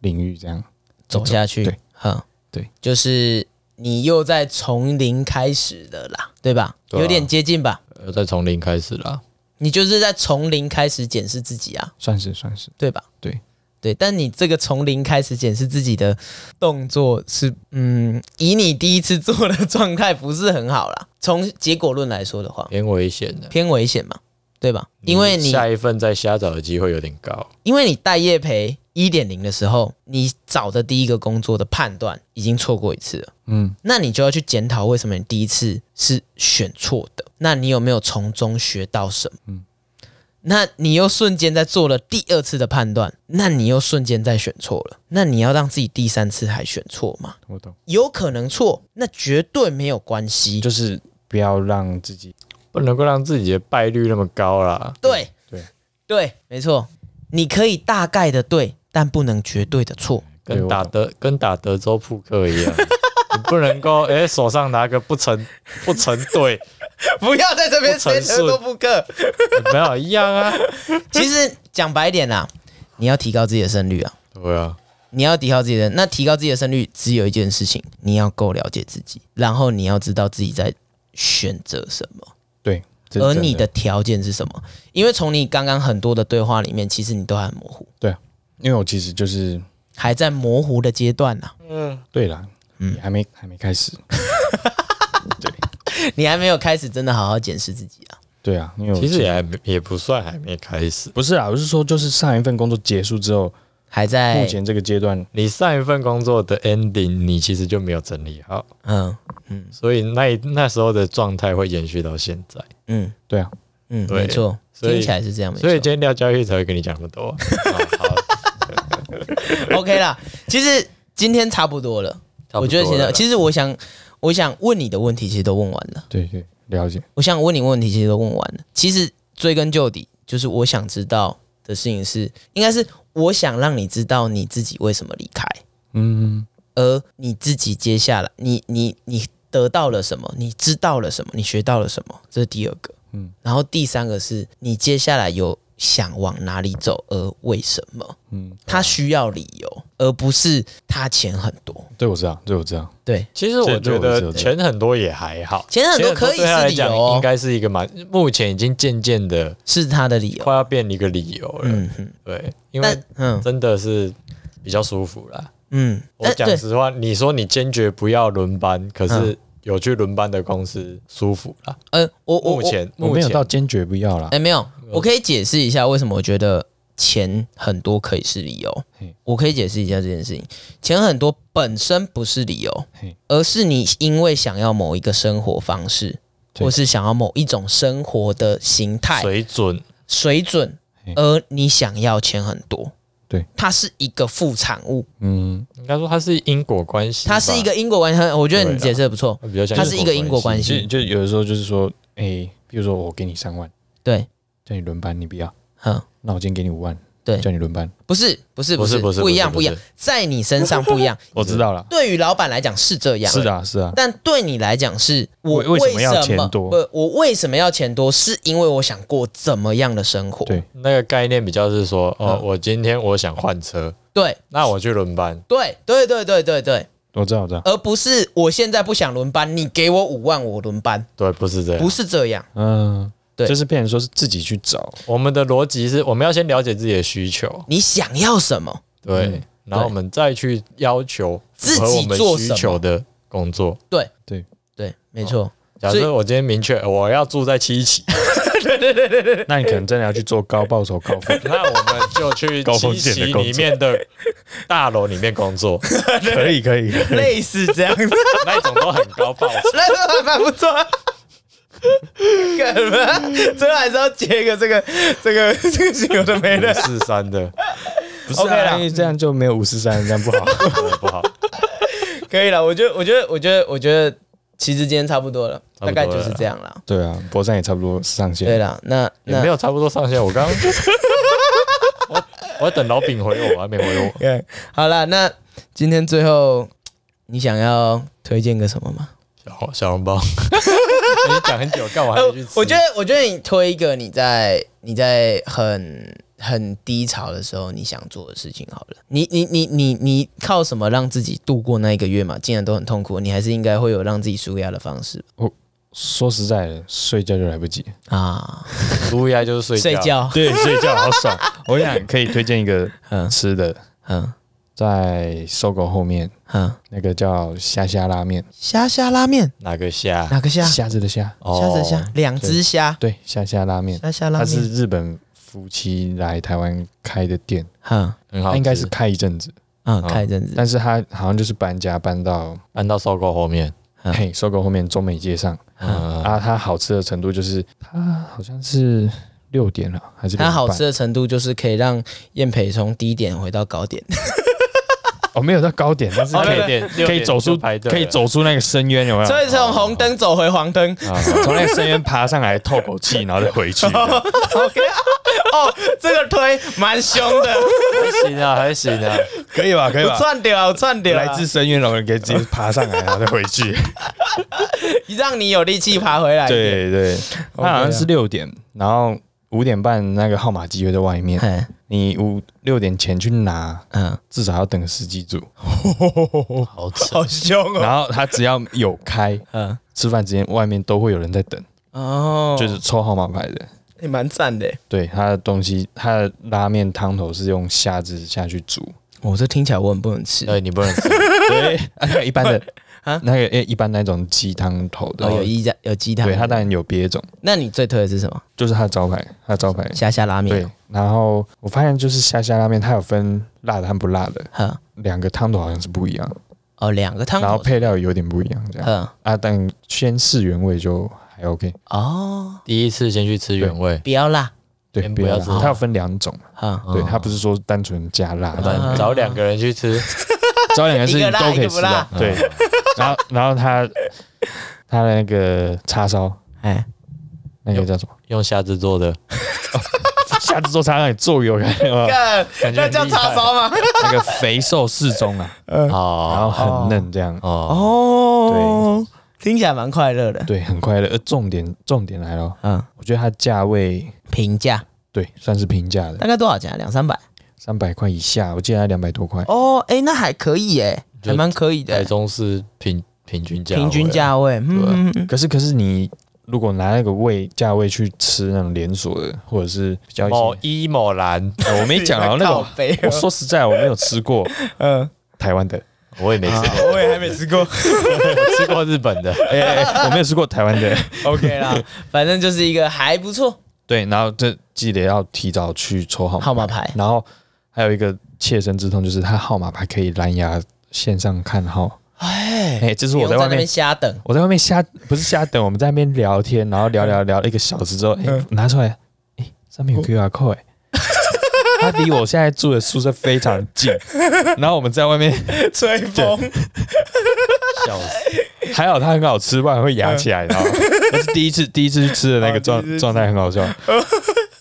S3: 领域这样
S1: 走下去，
S3: 对，
S1: 嗯
S3: 对，
S1: 就是你又在从零开始的啦，对吧？
S2: 对啊
S1: 有点接近吧？
S2: 呃再从零开始啦。
S1: 你就是在从零开始检视自己啊，
S3: 算是算是
S1: 对吧？
S3: 对
S1: 对，但你这个从零开始检视自己的动作是，嗯，以你第一次做的状态不是很好啦。从结果论来说的话，
S2: 偏危险的，
S1: 偏危险嘛，对吧？因为你
S2: 下一份再瞎找的机会有点高，
S1: 因为你带业培一点零的时候，你找的第一个工作的判断已经错过一次了，
S3: 嗯
S1: 那你就要去检讨为什么你第一次是选错的，那你有没有从中学到什么？
S3: 嗯
S1: 那你又瞬间在做了第二次的判断，那你又瞬间在选错了，那你要让自己第三次还选错吗？
S3: 我懂，
S1: 有可能错，那绝对没有关系。
S3: 就是不要让自己
S2: 不能够让自己的败率那么高啦。
S1: 对
S3: 对
S1: 对，没错，你可以大概的对，但不能绝对的错。
S2: 跟打德跟打德州扑克一样，你不能够哎、手上拿个不成 不成对，
S1: 不要在这边
S2: 不陈
S1: 谁
S2: 述
S1: 得都不克。
S2: 没有一样啊。
S1: 其实讲白一点啦，你要提高自己的胜率啊，
S2: 对啊，
S1: 你要提高自己的那提高自己的胜率，只有一件事情，你要够了解自己，然后你要知道自己在选择什么，
S3: 对，这是
S1: 而
S3: 真
S1: 你的条件是什么。因为从你刚刚很多的对话里面，其实你都还很模糊，
S3: 啊因为我其实就是
S1: 还在模糊的阶段啊呢、
S3: 对啦，
S1: 嗯
S3: 也还没还没开始，
S1: 你还没有开始真的好好检视自己啊。
S3: 对啊，因为我
S2: 其实也还没也不算还没开始。
S3: 不是啊，我是说就是上一份工作结束之后，哎
S1: 还在
S3: 目前这个阶段，
S2: 你上一份工作的 ending，你其实就没有整理好，
S1: 嗯
S2: 所以那一那时候的状态会延续到现在。
S1: 嗯
S3: 对啊，
S1: 嗯，
S2: 对
S1: 没错，
S2: 所以
S1: 听起来是这样，没错
S2: 所以。今天聊教育才会跟你讲那么多。好好
S1: OK 啦，其实今天差不多了。
S2: 差不多了
S1: 我觉得其
S2: 啦
S1: 实，其实我想，我想问你的问题其实都问完了。
S3: 对对，了解，
S1: 我想问你问题其实都问完了。其实追根究底，就是我想知道的事情是，应该是我想让你知道你自己为什么离开，
S3: 嗯，
S1: 而你自己接下来，你你你得到了什么？你知道了什么？你学到了什么？这是第二个。嗯
S3: 嗯，
S1: 然后第三个是你接下来有想往哪里走，而为什么？
S3: 嗯
S1: 嗯，他需要理由，而不是他钱很多。
S3: 这我知道，这我知道，
S1: 对，
S2: 其实我觉
S3: 这
S2: 得
S3: 我知道
S2: 钱很多也还好，
S1: 钱很多可以
S2: 对他来
S1: 是理
S2: 讲
S1: 由哦
S2: 应该是一个蛮，目前已经渐渐的
S1: 是他的理由。
S2: 快要变一个理由了。
S1: 嗯哼，
S2: 对，因为
S1: 但嗯
S2: 真的是比较舒服啦。
S1: 嗯，
S2: 我
S1: 但
S2: 讲
S1: 对
S2: 实话，你说你坚决不要轮班，可
S1: 嗯
S2: 是有去轮班的公司舒服啦。
S1: 呃，我我
S2: 目
S1: 我
S2: 前嗯
S3: 我
S2: 目
S3: 没有
S2: 前
S3: 到坚决不要啦
S1: 哎、，没有，我可以解释一下为什么我觉得钱很多可以是理由
S3: 嘿。
S1: 我可以解释一下这件事情，钱很多本身不是理由
S3: 嘿，
S1: 而是你因为想要某一个生活方式，
S3: 对
S1: 或是想要某一种生活的形态
S2: 水准，
S1: 水准
S3: 嘿，
S1: 而你想要钱很多。
S3: 对，
S1: 它是一个副产物，
S3: 嗯，
S2: 应该说它是因果关系吧，
S1: 它是一个因果关系。我觉得你
S2: 对啦
S1: 解释的不错，
S2: 它比较像，
S1: 它是一个因果关
S2: 系。
S3: 其实
S1: 系。
S3: 就有的时候就是说，哎，比如说我给你三万，
S1: 对，
S3: 叫你轮班，你不要，
S1: 嗯，
S3: 那我今天给你五万，
S1: 对
S3: 叫你轮班，
S1: 不是，不是，
S2: 不
S1: 是，
S2: 是不是
S1: 一样，
S2: 不
S1: 不
S2: 是
S1: 一样，在你身上不一 样。
S3: 我知道了，
S1: 对于老板来讲是这样，
S3: 是的啊，是啊，
S1: 但对你来讲是，我
S3: 为为什么要钱多
S1: 不，我为什么要钱多？是因为我想过怎么样的生活？
S3: 对
S2: 那个概念比较是说，哦，
S1: 嗯
S2: 我今天我想换车，
S1: 对
S2: 那我去轮班，
S1: 对对对对对对，
S3: 我知道，我知道，
S1: 而不是我现在不想轮班，你给我五万我轮班，
S2: 对，不是
S3: 啊
S2: 这样
S1: 不。是这样。
S3: 嗯，
S1: 对
S3: 就是变成说是自己去找，
S2: 我们的逻辑是，我们要先了解自己的需求，
S1: 你想要什么？
S2: 对
S3: 嗯，
S2: 然后我们再去要求
S1: 自己
S2: 符合我们
S1: 做
S2: 需
S1: 什么
S2: 求的工作。
S1: 对
S3: 对
S1: 对，没
S3: 哦
S1: 错。
S2: 假
S1: 所以
S2: 设我今天明确呃我要住在七期，，
S3: 那你可能真的要去做高报酬高风
S2: 那我们就去
S3: 高风
S2: 七
S3: 险的
S2: 期
S3: 工作
S2: 里面的大楼里面工作，
S3: 可以可以，可以
S1: 类似这 样子，
S2: 那一种都很高报酬。
S1: 那都还蛮不错、啊。干嘛？最后还是要接一个这个这个这个有的没的。
S2: 四三的
S3: 不是
S1: OK 啦
S3: 啊，因为这样就没有五十三，这样不好。
S2: 不好，
S1: 可以了，我觉得，我觉得，我觉得，我觉得，其实今天差不多了，
S2: 差不多
S1: 大
S2: 了
S1: 概就是这样了。
S3: 对啊，博山也差不多上
S1: 对
S3: 线。
S1: 了，那
S2: 也
S1: 那
S2: 没有差不多上线。我刚刚我我等老饼回我，还没回我。
S1: OK，好了，那今天最后你想要推荐个什么吗？
S2: 小小笼包，哎你讲很久，干嘛还没 去吃？
S1: 我觉得，我觉得你推一个你在你在很很低潮的时候你想做的事情好了。你你你你你靠什么让自己度过那一个月嘛？既然都很痛苦，你还是应该会有让自己舒压的方式
S3: 说实在的，睡觉就来不及。
S1: 啊。
S2: 乌鸦就是睡
S1: 睡
S2: 觉。
S1: 觉，
S3: 对，睡觉好爽。 我想可以推荐一个
S1: 嗯
S3: 吃的，
S1: 嗯
S3: 在搜狗后面
S1: 嗯，
S3: 那个叫虾虾拉面，
S1: 虾虾拉面
S2: 哪个虾？哦
S1: 哪个虾？
S3: 虾子的虾，
S1: 虾子的虾，两只虾，
S3: 对，虾虾拉面，
S1: 虾虾拉
S3: 它是
S1: 面，
S3: 日本夫妻来台湾开的店，
S1: 嗯
S2: 很好
S3: 它
S2: 吃，
S3: 应该是开一阵子，
S1: 嗯，开一阵子，
S3: 但是它好像就是搬家搬到
S2: 搬到收购后面。
S1: 嗯
S3: 嘿搜狗后面中美街上
S2: 嗯，
S3: 啊。它好吃的程度就是它好像是六点了还是
S1: 它好
S3: 6点
S1: 吃的程度就是可以让燕培从低点回到高点。
S3: 半哦，没有到高点，但是
S1: 哦
S3: 可以
S1: 六
S2: 点
S3: 可以走出可以。走出那个深渊，有没有？啊
S1: 所以从红灯走回黄灯。
S3: 从那个深渊爬上来，透口气，然后再回去。
S1: OK，哦，这个推蛮凶 的，
S2: 还行啊，还行啊，
S3: 可以吧？可以
S1: 我
S3: 吧？
S1: 串掉，我串掉，
S3: 来自深渊的人可以直接爬上来，然后再回 去。啊
S1: 让你有力气爬回来。，
S3: 对对，他好像是六点，然后五点半那个号码机会在外面，
S1: 哎，
S3: 你五六点前去拿，
S1: 嗯，
S3: 至少要等个十几组。
S2: 好吃。
S1: 好凶哦，
S3: 然后他只要有开，
S1: 嗯，
S3: 吃饭之前外面都会有人在等，
S1: 哦，
S3: 就是抽号码牌的。
S1: 也蛮赞的。
S3: 对，他的东西，他的拉面汤头是用虾子下去 煮，
S1: 我哦这听起来我很不能吃，
S2: 对，你不能吃，
S3: 对，啊那个一般的
S1: 啊
S3: 那个一般那种鸡汤头的
S1: 哦，有一家有鸡汤
S3: 对，，它当然有别种，
S1: 那你最推的是什么？
S3: 就是它的招牌，它的招牌。
S1: 虾虾拉面
S3: 对
S1: 哦。，
S3: 然后我发现就是虾虾拉面，它有分辣的和不辣的，
S1: 哼，
S3: 两个汤头好像是不一样，
S1: 哦，两个汤
S3: 然后
S1: 头。
S3: 配料有点不一样这样
S1: 嗯，
S3: 啊，但先试原味就还 OK。
S1: 哦，
S2: 第一次先去吃原味，
S1: 不要辣。
S3: 对，
S2: 先
S3: 不
S2: 不要
S3: 要
S2: 吃
S3: 它有分两种，
S1: 哈，
S3: 对，
S2: 嗯
S3: 它不是说单纯加辣，
S2: 不然找两个人去吃，
S3: 找两个是
S1: 一个辣
S3: 都可
S1: 一
S3: 以
S1: 个不
S3: 吃的
S1: 辣，
S3: 对。然后然后它它的那个叉烧，
S1: 哎，
S3: 那个叫 什么？
S2: 用虾子做的，
S3: 下次做叉烧你做给我看，有 没有
S1: 干
S2: 感觉
S1: 那叫
S2: 很厉害
S1: 叉烧吗？
S3: 那个肥瘦适 中啊，然
S2: 哦
S3: 后很嫩这样，
S2: 哦，
S1: 哦，听起来蛮快乐的。
S3: 对，很快乐。而呃重点重点来了，
S1: 嗯，
S3: 我觉得它价位
S1: 评价
S3: 对算是平价的，
S1: 大概多少钱啊？两三百。
S3: 三百块以下，我记得它两百多块。
S1: 哦，哎、那还可以哎、
S2: 就
S1: 还蛮可以的、
S2: 台中市平平均价位，
S1: 平均价位，嗯，嗯嗯
S3: 可是可是你如果拿那个位价位去吃那种连锁的，或者是比较一
S2: 某
S1: 哦
S3: 些，
S2: 一某蓝，
S3: 呃我没 讲啊，那种
S1: 靠背
S3: 我说实在我没有吃过
S1: 嗯，
S3: 台湾的，
S2: 我也没吃过，
S1: 我也还没吃 过。
S2: 我 吃过日本的，
S3: 哎哎哎我没有吃过台湾的。
S1: OK 啦，反正就是一个还不错。
S3: 对，然后这记得要提早去抽号码
S1: 号码牌
S3: 然后还有一个切身之痛就是它号码牌可以蓝牙线上看号。
S1: 哎，
S3: 哎，这是
S1: 不
S3: 我
S1: 用
S3: 在外
S1: 那
S3: 面
S1: 边瞎等，
S3: 我在外面瞎不是瞎等，我们在那边聊天，然后聊聊聊了一个小时之后，哎、拿出来，哎、上面有 QR code，哎、它离我现在住的宿舍非常 近，然后我们在外面，
S1: 吹风。
S2: 笑死，
S3: 还好它很好吃，不然会压起来， 然后那是第一次哦第一次去吃的那个状状态很好 笑，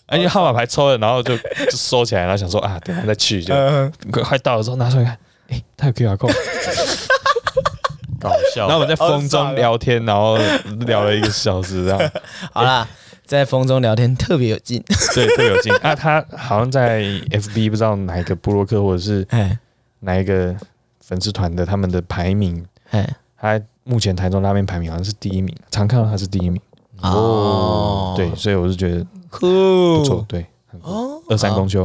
S3: 而且号码牌抽了，然后就就收起来，然后想说啊，等一下再去就，
S1: 嗯，
S3: 快快到的时候拿出来看，哎、它有 QR code，
S2: 搞笑
S3: 然后我们在风
S1: 好爽
S3: 中
S1: 啊
S3: 聊天，然后聊了一个小时这样。
S1: 好啦，在风中聊天特别有劲。
S3: 对，特有劲。啊，他好像在 FB 不知道哪一个部落克或者是
S1: 哎
S3: 哪一个粉丝团的他们的排名，
S1: 哎，
S3: 他目前台中拉面排名好像是第一名，常看到他是第一名。
S1: 哦，
S3: 对，，所以我是觉得
S1: 酷，
S3: 不错，对，很
S1: 哦
S3: 酷。二三公休，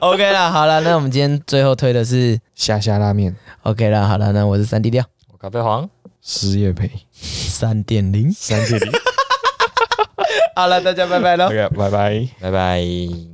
S1: OK 啦，好啦，那我们今天最后推的是
S3: 虾虾拉面，
S1: OK 啦，好啦，那我是三 D 调
S2: 我咖啡黄，
S3: 失业赔
S1: 三点零。
S3: 三千里。
S1: 好了，大家拜拜喽。
S3: OK，拜拜。
S2: 拜拜。